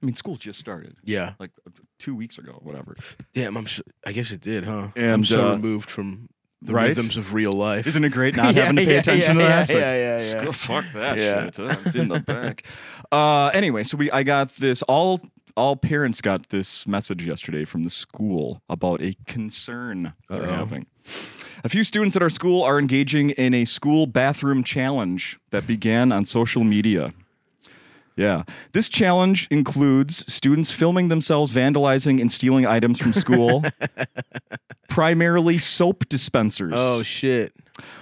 Speaker 1: I mean, school just started
Speaker 2: Yeah.
Speaker 1: like uh, two weeks ago, whatever.
Speaker 2: Damn. I'm. So, I guess it did, huh? I'm
Speaker 1: And,
Speaker 2: so
Speaker 1: uh,
Speaker 2: removed from the
Speaker 1: right?
Speaker 2: rhythms of real life.
Speaker 1: Isn't it
Speaker 2: (laughs)
Speaker 1: great not
Speaker 2: Yeah,
Speaker 1: having to pay
Speaker 2: yeah,
Speaker 1: attention
Speaker 2: yeah,
Speaker 1: to that? It's
Speaker 2: Yeah,
Speaker 1: like,
Speaker 2: yeah, yeah. yeah.
Speaker 1: Sc- Fuck that
Speaker 2: Yeah.
Speaker 1: shit. Uh, It's in the back. (laughs) uh, anyway, so we I got this. All all parents got this message yesterday from the school about a concern they're
Speaker 2: Uh-oh.
Speaker 1: having. A few students at our school are engaging in a school bathroom challenge that began on social media. Yeah. This challenge includes students filming themselves vandalizing and stealing items from (laughs) school, primarily soap dispensers.
Speaker 2: Oh shit.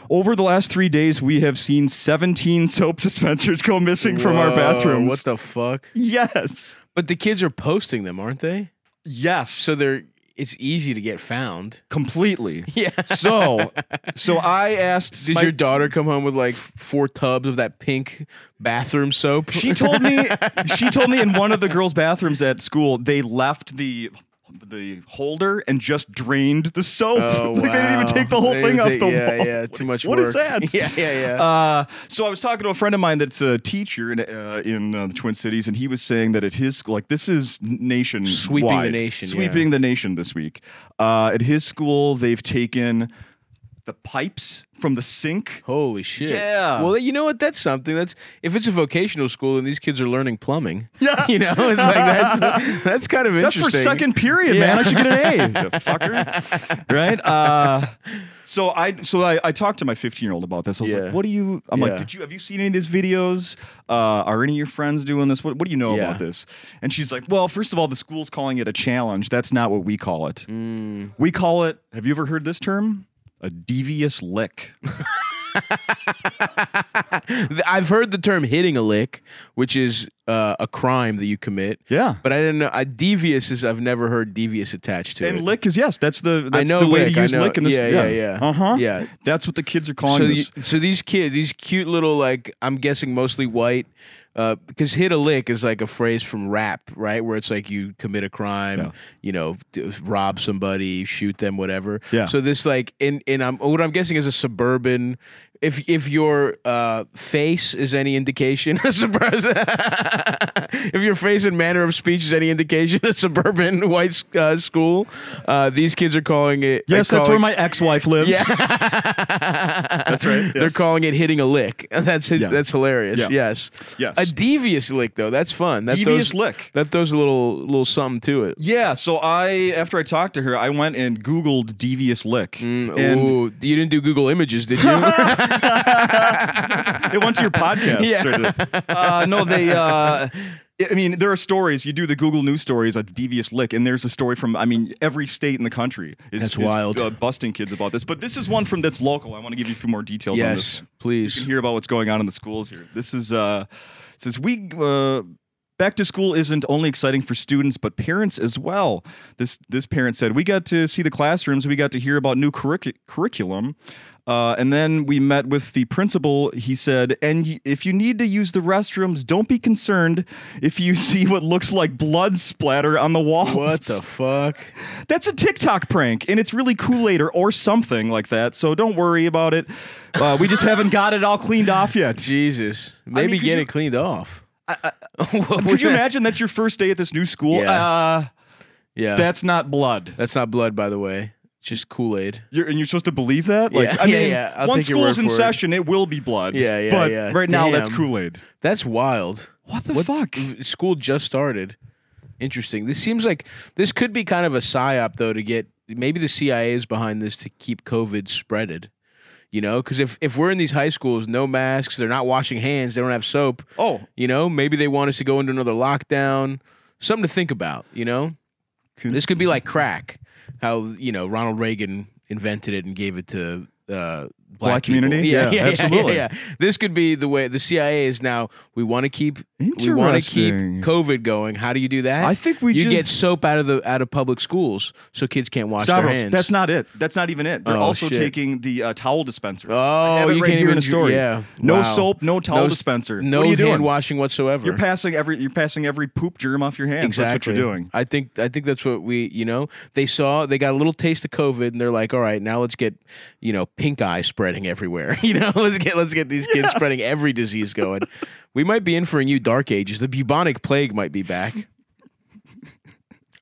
Speaker 1: Over the last three days, we have seen 17 (laughs) soap dispensers go missing from our
Speaker 2: Whoa,
Speaker 1: bathrooms.
Speaker 2: What the fuck?
Speaker 1: yes.
Speaker 2: But the kids are posting them, aren't they?
Speaker 1: Yes.
Speaker 2: So they're. It's easy to get found.
Speaker 1: completely.
Speaker 2: Yeah.
Speaker 1: So, so I asked.
Speaker 2: Did
Speaker 1: my-
Speaker 2: your daughter come home with like four tubs of that pink bathroom soap?
Speaker 1: she told me. She told me in one of the girls' bathrooms at school, they left the the holder and just drained the soap.
Speaker 2: (laughs) Oh,
Speaker 1: (laughs) like they didn't even
Speaker 2: wow.
Speaker 1: take the whole
Speaker 2: They
Speaker 1: thing
Speaker 2: didn't
Speaker 1: off
Speaker 2: take-
Speaker 1: the
Speaker 2: yeah,
Speaker 1: wall.
Speaker 2: Yeah, too much
Speaker 1: What
Speaker 2: work.
Speaker 1: is (laughs) that?
Speaker 2: Yeah, yeah, yeah.
Speaker 1: Uh, so I was talking to a friend of mine that's a teacher in uh, in uh, the Twin Cities, and he was saying that at his school, like this is nation
Speaker 2: Sweeping the nation, yeah.
Speaker 1: sweeping the nation this week. Uh, at his school, they've taken the pipes from the sink.
Speaker 2: (laughs) Holy shit.
Speaker 1: Yeah.
Speaker 2: Well, you know what? That's something. That's if it's a vocational school and these kids are learning plumbing.
Speaker 1: Yeah.
Speaker 2: (laughs) You know, it's
Speaker 1: (laughs)
Speaker 2: like that's that's kind of
Speaker 1: That's
Speaker 2: interesting.
Speaker 1: for second period, man. I should get an A, you fucker. Right? Uh, so I so I, I talked to my 15 year old about this. I was
Speaker 2: Yeah.
Speaker 1: like, "What do you?" I'm
Speaker 2: Yeah.
Speaker 1: like, "Did you have you seen any of these videos? Uh, are any of your friends doing this? What What do you know
Speaker 2: Yeah.
Speaker 1: about this?" And she's like, "Well, first of all, the school's calling it a challenge. That's not what we call it.
Speaker 2: Mm.
Speaker 1: We call it. Have you ever heard this term? A devious lick."
Speaker 2: (laughs) I've heard the term hitting a lick, which is uh, a crime that you commit.
Speaker 1: Yeah.
Speaker 2: But I didn't know. I, devious is I've never heard devious attached to
Speaker 1: And
Speaker 2: it.
Speaker 1: lick is yes. That's the
Speaker 2: I
Speaker 1: that's
Speaker 2: know
Speaker 1: the way
Speaker 2: lick,
Speaker 1: to
Speaker 2: I
Speaker 1: use
Speaker 2: know.
Speaker 1: lick in this.
Speaker 2: Yeah, yeah, yeah.
Speaker 1: Uh huh.
Speaker 2: Yeah.
Speaker 1: That's what the kids are calling
Speaker 2: So,
Speaker 1: this.
Speaker 2: the- so these kids, these cute little like, I'm guessing mostly white, uh, because hit a lick is like a phrase from rap, right? Where it's like you commit a crime,
Speaker 1: Yeah.
Speaker 2: you know, d- rob somebody, shoot them, whatever.
Speaker 1: Yeah.
Speaker 2: So this like, in in I'm what I'm guessing is a suburban. If if your uh, face is any indication, (laughs) a suburban. if your face and manner of speech is any indication, a suburban (laughs) white uh, school, uh, these kids are calling it. uh,
Speaker 1: Yes, that's
Speaker 2: calling-
Speaker 1: where my ex-wife lives. (laughs) that's right.
Speaker 2: They're calling it hitting a lick. (laughs) That's
Speaker 1: Yeah.
Speaker 2: that's hilarious.
Speaker 1: Yeah.
Speaker 2: Yes.
Speaker 1: Yes.
Speaker 2: A devious lick though. That's fun. That
Speaker 1: devious
Speaker 2: throws,
Speaker 1: lick.
Speaker 2: That throws a little little something to it.
Speaker 1: Yeah. So I, after I talked to her, I went and Googled devious lick,
Speaker 2: Mm,
Speaker 1: and
Speaker 2: Ooh, you didn't do Google
Speaker 1: (laughs)
Speaker 2: Images, did you?
Speaker 1: it went to your podcast.
Speaker 2: Yeah.
Speaker 1: sort (laughs) of. Uh, no, they. Uh, I I mean, there are stories. You do the Google News stories of devious lick, and there's a story from. I mean, every state in the country is,
Speaker 2: That's
Speaker 1: is,
Speaker 2: wild.
Speaker 1: uh, busting kids about this. But this is one from that's local. I want to give you a few more details on this.
Speaker 2: yes,
Speaker 1: you
Speaker 2: please.
Speaker 1: can hear about what's going on in the schools here. This is uh it says we uh Back to school isn't only exciting for students, but parents as well. This this parent said, "We got to see the classrooms. We got to hear about new curricu- curriculum, uh, and then we met with the principal. He said, and y- if you need to use the restrooms, don't be concerned if you (laughs) see what looks like blood splatter on the walls.
Speaker 2: What the fuck?
Speaker 1: That's a TikTok prank, and it's really Kool Aid or, or something like that. So don't worry about it. Uh, we just haven't got it all cleaned off yet.
Speaker 2: Jesus. Maybe
Speaker 1: mean, could
Speaker 2: get
Speaker 1: you-
Speaker 2: it cleaned off. (laughs)
Speaker 1: Could you imagine that's your first day at this new school?
Speaker 2: Yeah.
Speaker 1: Uh,
Speaker 2: Yeah.
Speaker 1: that's not blood.
Speaker 2: that's not blood, by the way. It's Just Kool Aid.
Speaker 1: You're, and you're supposed to believe that? Like,
Speaker 2: Yeah,
Speaker 1: I
Speaker 2: (laughs) yeah,
Speaker 1: mean,
Speaker 2: yeah. I'll
Speaker 1: once
Speaker 2: take your word
Speaker 1: school's in
Speaker 2: for it.
Speaker 1: session, it will be blood.
Speaker 2: Yeah, yeah,
Speaker 1: But
Speaker 2: yeah.
Speaker 1: right now, that's
Speaker 2: Damn. Mm.
Speaker 1: Kool Aid.
Speaker 2: That's wild.
Speaker 1: What the fuck?
Speaker 2: school just started. Interesting. This seems like this could be kind of a psyop, though, to get maybe the CIA is behind this to keep COVID spreaded. You know, because if, if we're in these high schools, no masks, they're not washing hands, they don't have soap.
Speaker 1: Oh,
Speaker 2: You know, maybe they want us to go into another lockdown. Something to think about. You know, this could be like crack, how you know Ronald Reagan invented it and gave it to uh, black,
Speaker 1: community?
Speaker 2: people.
Speaker 1: Yeah,
Speaker 2: Yeah, yeah, yeah,
Speaker 1: absolutely.
Speaker 2: Yeah, yeah. This could be the way the CIA is now. We want to keep we want to keep
Speaker 1: Interesting.
Speaker 2: COVID going. How do you do that?
Speaker 1: I think we
Speaker 2: you
Speaker 1: just-
Speaker 2: get soap out of the out of public schools so kids can't wash their
Speaker 1: Stavros,
Speaker 2: hands.
Speaker 1: that's not it. That's not even it. They're
Speaker 2: Oh,
Speaker 1: also
Speaker 2: shit.
Speaker 1: taking the uh, towel dispenser. I
Speaker 2: oh,
Speaker 1: have it
Speaker 2: you
Speaker 1: right
Speaker 2: can't
Speaker 1: here
Speaker 2: even
Speaker 1: in a
Speaker 2: ju-
Speaker 1: story.
Speaker 2: Yeah,
Speaker 1: No
Speaker 2: Wow.
Speaker 1: soap, no towel
Speaker 2: s-
Speaker 1: dispenser.
Speaker 2: no
Speaker 1: What are you
Speaker 2: hand
Speaker 1: doing?
Speaker 2: washing whatsoever.
Speaker 1: You're passing every you're passing every poop germ off your hands. That's
Speaker 2: Exactly.
Speaker 1: what you're doing.
Speaker 2: I think I think that's what we you know they saw they got a little taste of COVID and they're like, all right, now let's get you know pink eye spreading everywhere. (laughs) You know, let's get let's get these kids spreading every disease going. we might be in for a new dark ages. The bubonic plague might be back.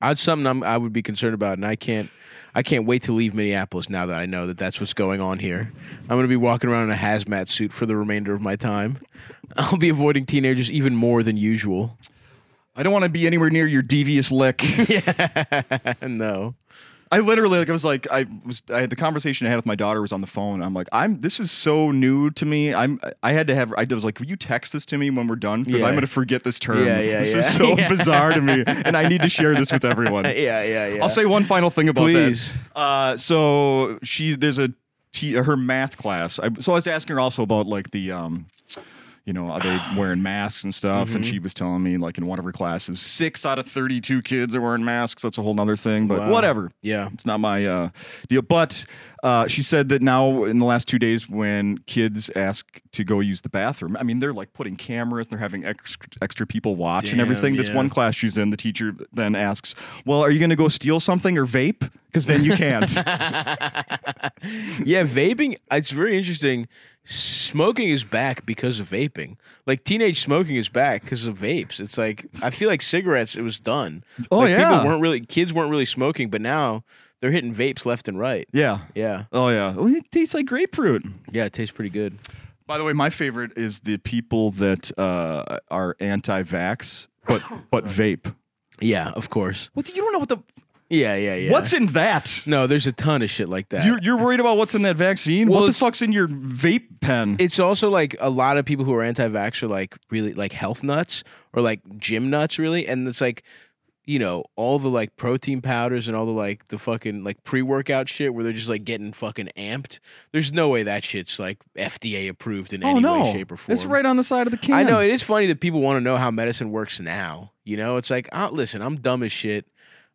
Speaker 2: That's something I'm, I would be concerned about, and I can't. I can't wait to leave Minneapolis now that I know that that's what's going on here. I'm going to be walking around in a hazmat suit for the remainder of my time. I'll be avoiding teenagers even more than usual. (laughs)
Speaker 1: I don't want to be anywhere near your devious lick.
Speaker 2: no.
Speaker 1: I literally like I was like I was I had the conversation I had with my daughter was on the phone. I'm like I'm this is so new to me. I'm I had to have I was like will you text this to me when we're done because
Speaker 2: Yeah.
Speaker 1: I'm gonna forget this term.
Speaker 2: Yeah, yeah,
Speaker 1: this
Speaker 2: yeah.
Speaker 1: is so
Speaker 2: (laughs) Yeah.
Speaker 1: bizarre to me, and I need to share this with everyone.
Speaker 2: (laughs) Yeah, yeah, yeah.
Speaker 1: I'll say one final thing about
Speaker 2: Please.
Speaker 1: that. Uh, so she there's a te- uh, her math class. I, so I was asking her also about like the um, you know, are
Speaker 2: (sighs)
Speaker 1: they wearing masks and stuff? And
Speaker 2: Mm-hmm.
Speaker 1: she was telling me like in one of her classes, six out of thirty-two kids are wearing masks. That's a whole nother thing, but
Speaker 2: Wow.
Speaker 1: whatever.
Speaker 2: yeah.
Speaker 1: It's not my uh, deal. But uh, she said that now in the last two days, when kids ask to go use the bathroom, I mean, they're like putting cameras and they're having extra, extra people watch and
Speaker 2: Damn,
Speaker 1: everything. This
Speaker 2: yeah.
Speaker 1: one class she's in, the teacher then asks, Well, are you going to go steal something or vape? Because then you can't.
Speaker 2: (laughs) (laughs) Yeah, vaping, it's very interesting. Smoking is back because of vaping. Like teenage smoking is back because of vapes. It's like I feel like cigarettes it was done.
Speaker 1: Oh,
Speaker 2: Like,
Speaker 1: yeah.
Speaker 2: People weren't really kids weren't really smoking, but now they're hitting vapes left and right.
Speaker 1: yeah.
Speaker 2: Yeah.
Speaker 1: Oh, yeah. Well, it tastes like grapefruit.
Speaker 2: Yeah, it tastes pretty good.
Speaker 1: By the way, my favorite is the people that uh, are anti vax, but, but vape.
Speaker 2: Yeah, of course.
Speaker 1: What the- you don't know what the.
Speaker 2: Yeah, yeah, yeah.
Speaker 1: What's in that?
Speaker 2: No, there's a ton of shit like that.
Speaker 1: You're, you're worried about what's in that vaccine?
Speaker 2: Well,
Speaker 1: what the
Speaker 2: it's-
Speaker 1: fuck's in your vape pen?
Speaker 2: it's also like a lot of people who are anti-vax are like really like health nuts or like gym nuts really and it's like you know all the like protein powders and all the like the fucking like pre-workout shit where they're just like getting fucking amped there's no way that shit's like fda approved in any way shape or form
Speaker 1: Oh, It's right on the side of the can.
Speaker 2: i know it is funny that people want to know how medicine works now you know it's like ah, listen i'm dumb as shit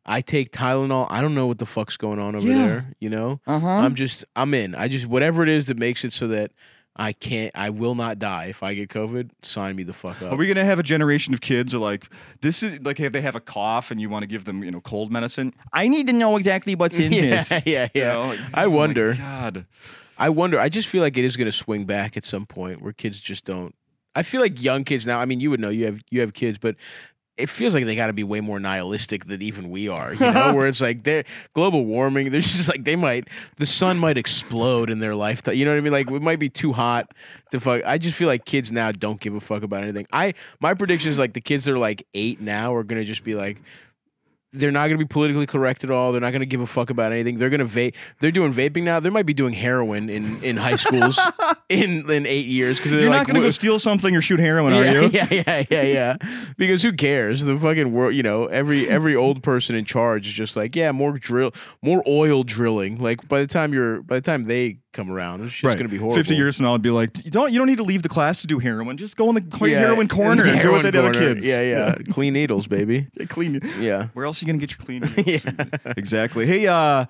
Speaker 2: i take tylenol i don't know what the fuck's going on over
Speaker 1: Yeah.
Speaker 2: there you know
Speaker 1: Uh huh.
Speaker 2: I'm just I'm in. I just whatever it is that makes it so that I can't I will not die if I get COVID, sign me the fuck up.
Speaker 1: Are we gonna have a generation of kids who are like this is like if they have a cough and you want to give them you know cold medicine? I need to know exactly what's (laughs) in
Speaker 2: (laughs) yeah,
Speaker 1: this.
Speaker 2: yeah,
Speaker 1: You
Speaker 2: yeah.
Speaker 1: know?
Speaker 2: I
Speaker 1: Oh my
Speaker 2: wonder.
Speaker 1: God.
Speaker 2: I wonder. I just feel like it is going to swing back at some point where kids just don't. I feel like young kids now. I mean, you would know you have you have kids, but it feels like they got to be way more nihilistic than even we are. You
Speaker 1: (laughs)
Speaker 2: know, where it's like they're global warming. They're just like they might the sun might explode in their lifetime. You know what I mean? Like it might be too hot to fuck. I just feel like kids now don't give a fuck about anything. I my prediction is like the kids that are like eight now are going to just be like they're not going to be politically correct at all. They're not going to give a fuck about anything. They're going to vape. They're doing vaping now. They might be doing heroin in, in
Speaker 1: (laughs)
Speaker 2: high schools in in eight years because they're
Speaker 1: You're
Speaker 2: like,
Speaker 1: not gonna go
Speaker 2: "Wha-
Speaker 1: steal something or shoot heroin,
Speaker 2: yeah,
Speaker 1: are you?
Speaker 2: (laughs) Yeah, yeah, yeah, yeah. Because who cares? The fucking world, you know. Every every old person in charge is just like, yeah, more drill, more oil drilling. Like by the time you're, by the time they come around, it's just
Speaker 1: Right.
Speaker 2: gonna be horrible.
Speaker 1: Fifty years from now, I'd be like, you don't you don't need to leave the class to do heroin. Just go in the clean
Speaker 2: Yeah, (laughs)
Speaker 1: heroin corner
Speaker 2: in the
Speaker 1: and do what they
Speaker 2: heroin
Speaker 1: did other
Speaker 2: corner.
Speaker 1: kids.
Speaker 2: Yeah, yeah, Clean needles, baby.
Speaker 1: yeah. Clean.
Speaker 2: Yeah.
Speaker 1: Where else are you gonna get your
Speaker 2: (laughs)
Speaker 1: clean? needles? (laughs) exactly. Hey, uh,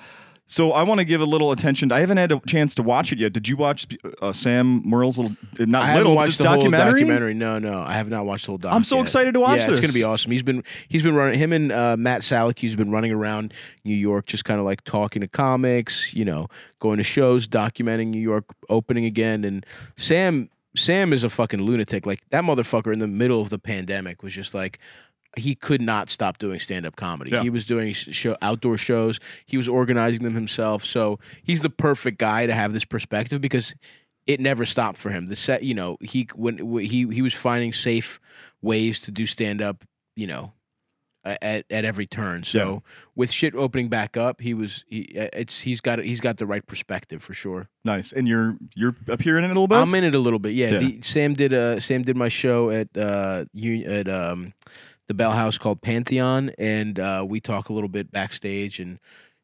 Speaker 1: so I want to give a little attention. I haven't had a chance to watch it yet. Did you watch uh, Sam Merle's little? uh, Not
Speaker 2: I haven't
Speaker 1: little. but
Speaker 2: watched
Speaker 1: this
Speaker 2: the
Speaker 1: documentary?
Speaker 2: whole documentary. No, no, I have not watched the whole documentary.
Speaker 1: I'm so excited to watch
Speaker 2: yeah,
Speaker 1: this.
Speaker 2: It's gonna be awesome. He's been he's been running. Him and uh, Matt Salek, he's been running around New York, just kind of like talking to comics, you know, going to shows, documenting New York opening again. And Sam Sam is a fucking lunatic. Like that motherfucker in the middle of the pandemic was just like. He could not stop doing stand-up comedy.
Speaker 1: Yeah.
Speaker 2: He was doing sh- show, outdoor shows. He was organizing them himself. So he's the perfect guy to have this perspective because it never stopped for him. The set, you know, he when he he was finding safe ways to do stand up, you know, a- at at every turn. So with shit opening back up, he was he uh, it's he's got he's got the right perspective for sure.
Speaker 1: Nice. And you're you're appearing in it a little bit.
Speaker 2: I'm in it a little bit. Yeah,
Speaker 1: Yeah.
Speaker 2: The, Sam did uh Sam did my show at uh you at um the Bell House called Pantheon, and uh, we talk a little bit backstage and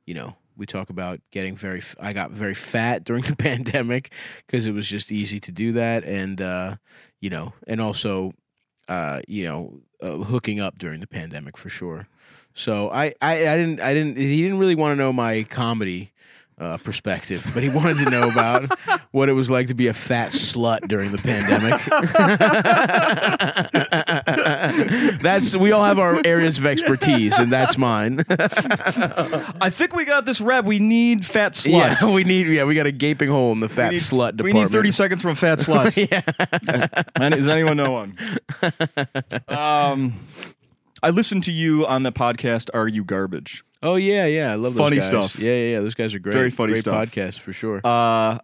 Speaker 2: you know We talk about getting very. f- I got very fat during (laughs) the pandemic because it was just easy to do that, and uh, you know, and also, uh, you know, uh, hooking up during the pandemic for sure. So I, I, I didn't, I didn't. He didn't really want to know my comedy uh, perspective, but he wanted to know about what it was like to be a fat slut during the pandemic. (laughs) that's we all have our areas of expertise, and that's mine. (laughs)
Speaker 1: I think we got this rep. We need fat sluts.
Speaker 2: (laughs) yeah, we need. Yeah, we got a gaping hole in the
Speaker 1: We
Speaker 2: fat
Speaker 1: need-
Speaker 2: slut
Speaker 1: We
Speaker 2: department.
Speaker 1: need 30 seconds from
Speaker 2: (laughs)
Speaker 1: fat sluts.
Speaker 2: yeah.
Speaker 1: And Does anyone know
Speaker 2: (laughs)
Speaker 1: one? Um, I listened to you on the podcast. Are you garbage?
Speaker 2: Oh yeah, yeah. I love those
Speaker 1: Funny
Speaker 2: guys.
Speaker 1: stuff.
Speaker 2: Yeah, yeah, yeah. Those guys are great.
Speaker 1: Very funny
Speaker 2: great
Speaker 1: stuff.
Speaker 2: podcast for sure.
Speaker 1: Uh,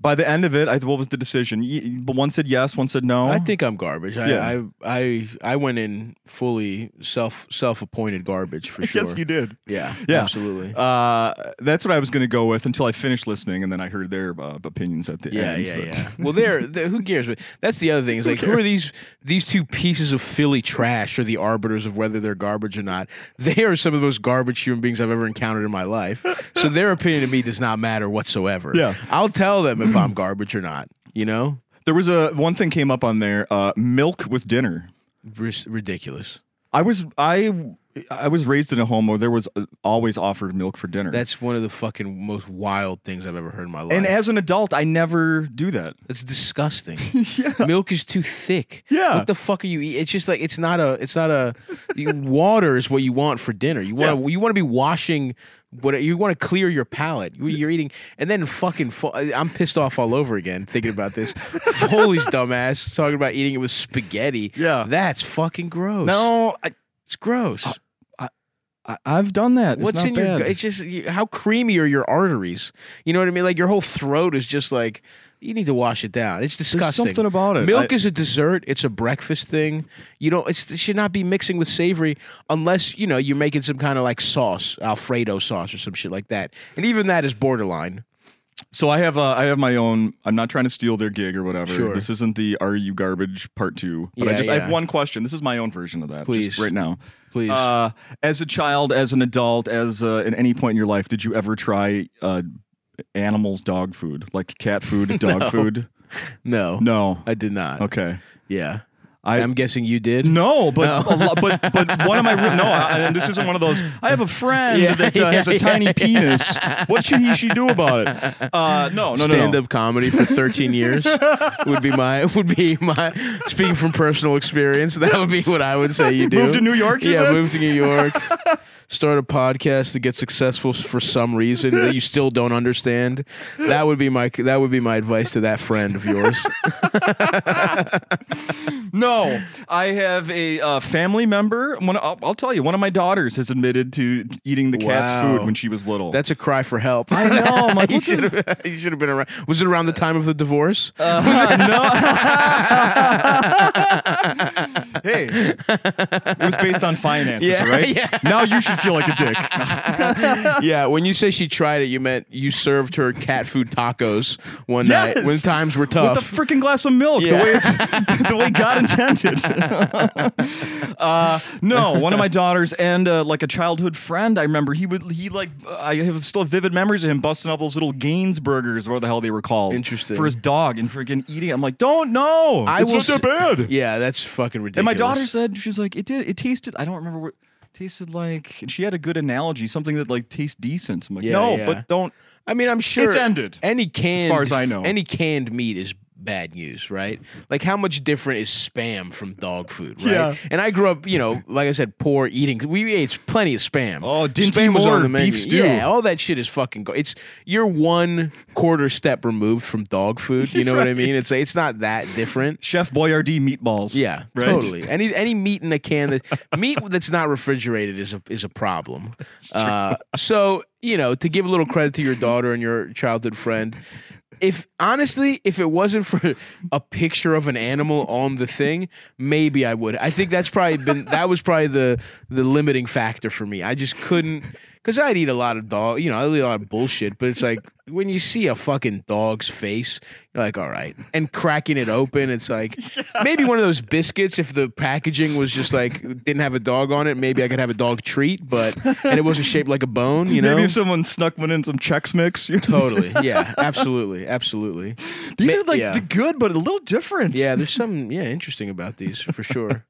Speaker 1: by the end of it, I, what was the decision? Y- But one said yes, one said no.
Speaker 2: I think I'm garbage. I,
Speaker 1: Yeah.
Speaker 2: I I I went in fully self self appointed garbage for sure.
Speaker 1: Yes, you did.
Speaker 2: Yeah,
Speaker 1: Yeah.
Speaker 2: absolutely.
Speaker 1: Uh, that's what I was going to go with until I finished listening, and then I heard their uh, opinions at the
Speaker 2: yeah,
Speaker 1: end.
Speaker 2: yeah,
Speaker 1: but-
Speaker 2: yeah. (laughs) Well, they're, they're who cares? But that's the other thing. Is like, who are these these two pieces of Philly trash are the arbiters of whether they're garbage or not? (laughs) They are some of the most garbage human beings I've ever encountered in my life. So their opinion to me does not matter whatsoever.
Speaker 1: Yeah.
Speaker 2: I'll tell them if (clears throat) I'm garbage or not. You know,
Speaker 1: There was a one thing came up on there: uh, milk with dinner.
Speaker 2: Ris- ridiculous.
Speaker 1: I was I I was raised in a home where there was uh, always offered milk for dinner.
Speaker 2: That's one of the fucking most wild things I've ever heard in my life.
Speaker 1: and as an adult, I never do that.
Speaker 2: That's (laughs) disgusting.
Speaker 1: yeah.
Speaker 2: Milk is too thick.
Speaker 1: Yeah.
Speaker 2: What the fuck are you eat? It's just like it's not a it's not a you- water is what you want for dinner. You want to you want to be washing what you want to clear your palate. You- You're eating and then fucking fo- I'm pissed off all over again thinking about
Speaker 1: (laughs)
Speaker 2: this. Foley's dumbass talking about eating it with spaghetti.
Speaker 1: Yeah.
Speaker 2: That's fucking gross.
Speaker 1: No, I,
Speaker 2: It's gross.
Speaker 1: I I've done that. It's
Speaker 2: What's
Speaker 1: not
Speaker 2: in
Speaker 1: bad.
Speaker 2: your? It's just you- how creamy are your arteries? You know what I mean? Like your whole throat is just like you need to wash it down. It's
Speaker 1: There's
Speaker 2: disgusting.
Speaker 1: something about it.
Speaker 2: Milk
Speaker 1: I-
Speaker 2: is a dessert. It's a breakfast thing. You know, it's, it should not be mixing with savory unless you know you're making some kind of like sauce, Alfredo sauce or some shit like that. And even that is borderline.
Speaker 1: so I have uh, I have my own. I'm not trying to steal their gig or whatever.
Speaker 2: Sure.
Speaker 1: This isn't the "Are you garbage?" part two. But I
Speaker 2: Yeah,
Speaker 1: just I have
Speaker 2: yeah.
Speaker 1: one question. This is my own version of that.
Speaker 2: Please.
Speaker 1: just right now.
Speaker 2: Please.
Speaker 1: Uh, as a child, as an adult, as uh, at any point in your life, did you ever try uh, animals' dog food, like cat
Speaker 2: (laughs)
Speaker 1: food, dog
Speaker 2: No.
Speaker 1: food?
Speaker 2: no,
Speaker 1: No.
Speaker 2: I did not.
Speaker 1: Okay.
Speaker 2: Yeah, I,
Speaker 1: I
Speaker 2: am guessing you did.
Speaker 1: no, but a lo- but
Speaker 2: (laughs)
Speaker 1: but one of my re- no, I, and this isn't one of those. I have a friend
Speaker 2: Yeah,
Speaker 1: that uh, has a
Speaker 2: yeah,
Speaker 1: tiny
Speaker 2: yeah.
Speaker 1: penis. What should he she do about it? Uh, no, no, no,
Speaker 2: stand
Speaker 1: no.
Speaker 2: up comedy for 13 years would be my would be my speaking from personal experience that would be what I would say you do.
Speaker 1: Move to New York, you
Speaker 2: yeah,
Speaker 1: said?
Speaker 2: move to New York. Start a podcast to get successful s- for some reason that you still don't understand. That would be my that would be my advice to that friend of yours.
Speaker 1: No, (laughs) I have a uh, family member. One, I'll, I'll tell you, one of my daughters has admitted to eating the cat's
Speaker 2: Wow.
Speaker 1: food when she was little.
Speaker 2: That's a cry for help.
Speaker 1: I know. I'm (laughs) like,
Speaker 2: (laughs) you
Speaker 1: what the-
Speaker 2: should have you should have been around. Was it around the time of the divorce?
Speaker 1: Uh, hey, it was based on (laughs) finances,
Speaker 2: Yeah,
Speaker 1: all right?
Speaker 2: yeah.
Speaker 1: Now you should feel like a dick. (laughs)
Speaker 2: yeah, when you say she tried it, you meant you served her cat food tacos one
Speaker 1: Yes!
Speaker 2: night when times were tough.
Speaker 1: With a freaking glass of milk,
Speaker 2: Yeah.
Speaker 1: the way it's (laughs) the way God intended.
Speaker 2: (laughs)
Speaker 1: uh, no, one of my daughters and uh, like a childhood friend, I remember he would he like I have still vivid memories of him busting up those little Gaines burgers, what the hell they were called,
Speaker 2: Interesting.
Speaker 1: for his dog and freaking eating. it. I'm like, don't know,
Speaker 2: I
Speaker 1: it's
Speaker 2: will
Speaker 1: not that
Speaker 2: s-
Speaker 1: bad.
Speaker 2: Yeah, that's fucking ridiculous.
Speaker 1: And my daughter said she's like it did. It tasted. I don't remember what tasted like. And she had a good analogy, something that like tastes decent. I'm like,
Speaker 2: Yeah,
Speaker 1: no,
Speaker 2: yeah.
Speaker 1: but don't.
Speaker 2: I mean, I'm sure
Speaker 1: It's ended,
Speaker 2: Any canned,
Speaker 1: far as I know.
Speaker 2: any canned meat is bad news, right? Like, how much different is spam from dog food, right?
Speaker 1: Yeah.
Speaker 2: And I grew up, you know, like I said, poor eating. We ate plenty of spam.
Speaker 1: Oh, Dinty
Speaker 2: spam was
Speaker 1: Moore
Speaker 2: on the menu.
Speaker 1: beef stew.
Speaker 2: Yeah, all that shit is fucking. Go- it's you're one quarter step removed from dog food. You know
Speaker 1: (laughs)
Speaker 2: what I mean? It's like, it's not that different.
Speaker 1: Chef Boyardee meatballs.
Speaker 2: Yeah,
Speaker 1: right?
Speaker 2: totally. (laughs) Any any meat in a can that meat that's not refrigerated is a is a (laughs) problem. Uh, so you know, to give a little credit to your daughter and your childhood friend, if honestly, if it wasn't for a picture of an animal on the thing, maybe I would. I think that's probably been that was probably the the limiting factor for me. I just couldn't because I'd eat a lot of dog. You know, I eat a lot of bullshit. But it's like when you see a fucking dog's face, you're like, all right. And cracking it open,
Speaker 1: (laughs)
Speaker 2: it's like maybe one of those biscuits. If the packaging was just like didn't have a dog on it, maybe I could have a dog treat. But and it wasn't shaped like a bone. You know,
Speaker 1: Maybe if someone snuck one in some Chex Mix.
Speaker 2: (laughs)
Speaker 1: you know?
Speaker 2: totally. Yeah, absolutely, absolutely.
Speaker 1: These
Speaker 2: Ma-
Speaker 1: are like
Speaker 2: yeah.
Speaker 1: the good, but a little different.
Speaker 2: Yeah, there's something yeah interesting about these for sure,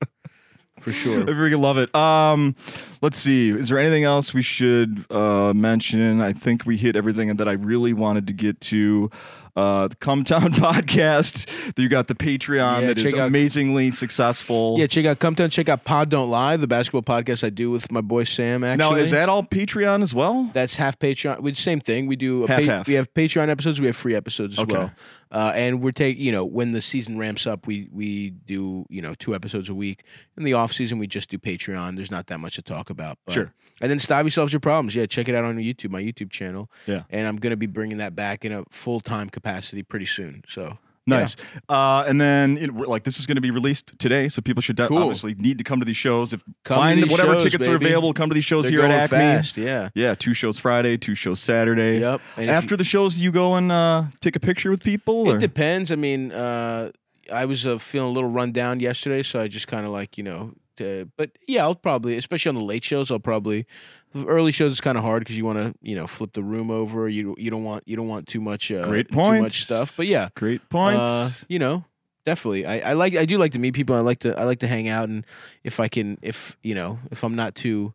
Speaker 2: for
Speaker 1: I (laughs)
Speaker 2: sure.
Speaker 1: freaking love it. Um, let's see. Is there anything else we should uh, mention? I think we hit everything that I really wanted to get to. Uh, the Come Town (laughs) podcast. You got the Patreon
Speaker 2: Yeah,
Speaker 1: that is
Speaker 2: check out-
Speaker 1: amazingly successful.
Speaker 2: Yeah, check out Come Down. Check out Pod Don't Lie, the basketball podcast I do with my boy Sam. Actually,
Speaker 1: now, is that all Patreon as well?
Speaker 2: That's half Patreon. We same thing. We do a
Speaker 1: Half, half.
Speaker 2: we have Patreon episodes. We have free episodes as
Speaker 1: Okay.
Speaker 2: well. Uh, and we're take you know when the season ramps up, we we do you know two episodes a week. In the off season, we just do Patreon. There's not that much to talk about. But,
Speaker 1: Sure.
Speaker 2: And then Stabby solves your problems. Yeah, check it out on YouTube, my YouTube channel.
Speaker 1: Yeah.
Speaker 2: And I'm gonna be bringing that back in a full time capacity pretty soon. So
Speaker 1: Nice. Uh, and then, it, we're- like, this is going to be released today, so people should de-
Speaker 2: Cool.
Speaker 1: obviously need to come to these shows. If
Speaker 2: Come to
Speaker 1: find
Speaker 2: these
Speaker 1: whatever
Speaker 2: shows,
Speaker 1: tickets are
Speaker 2: baby.
Speaker 1: available, come to these shows
Speaker 2: They're
Speaker 1: here
Speaker 2: going
Speaker 1: at Acme.
Speaker 2: fast. Yeah.
Speaker 1: Yeah, two shows Friday, two shows Saturday.
Speaker 2: Yep. And if you-
Speaker 1: After the shows, do you go and uh, take a picture with people? or-
Speaker 2: It depends. I mean, uh, I was uh, feeling a little run down yesterday, so I just kind of like you know. To, but yeah, I'll probably, especially on the late shows, I'll probably. the Early shows is kind of hard because you want to you know flip the room over. You you don't want you don't want too much uh,
Speaker 1: Great
Speaker 2: too
Speaker 1: point.
Speaker 2: much stuff. But yeah,
Speaker 1: Great points.
Speaker 2: uh, you know, definitely. I, I like I do like to meet people. I like to I like to hang out and if I can if you know if I'm not too.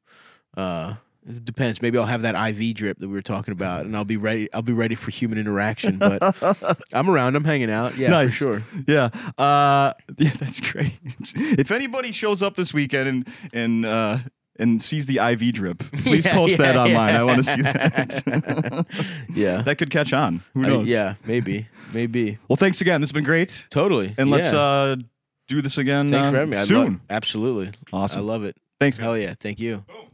Speaker 2: uh it depends. Maybe I'll have that IV drip that we were talking about, and I'll be ready. I'll be ready for human interaction.
Speaker 1: (laughs)
Speaker 2: But I'm around. I'm hanging out. Yeah,
Speaker 1: Nice.
Speaker 2: for sure.
Speaker 1: yeah. Uh, (laughs) yeah, that's great. if anybody shows up this weekend and and uh, and sees the IV
Speaker 2: (laughs)
Speaker 1: drip, please
Speaker 2: Yeah,
Speaker 1: post that
Speaker 2: yeah,
Speaker 1: online.
Speaker 2: yeah.
Speaker 1: I want to see that. (laughs)
Speaker 2: Yeah.
Speaker 1: that could catch on. Who
Speaker 2: I-
Speaker 1: knows?
Speaker 2: yeah, maybe, maybe.
Speaker 1: Well, thanks again. This has been great,
Speaker 2: Totally.
Speaker 1: and let's
Speaker 2: yeah.
Speaker 1: uh, do this again
Speaker 2: Thanks
Speaker 1: uh,
Speaker 2: for having me. I love-
Speaker 1: soon.
Speaker 2: absolutely.
Speaker 1: awesome.
Speaker 2: I love it.
Speaker 1: thanks. man.
Speaker 2: Hell yeah. Thank you.
Speaker 1: Boom.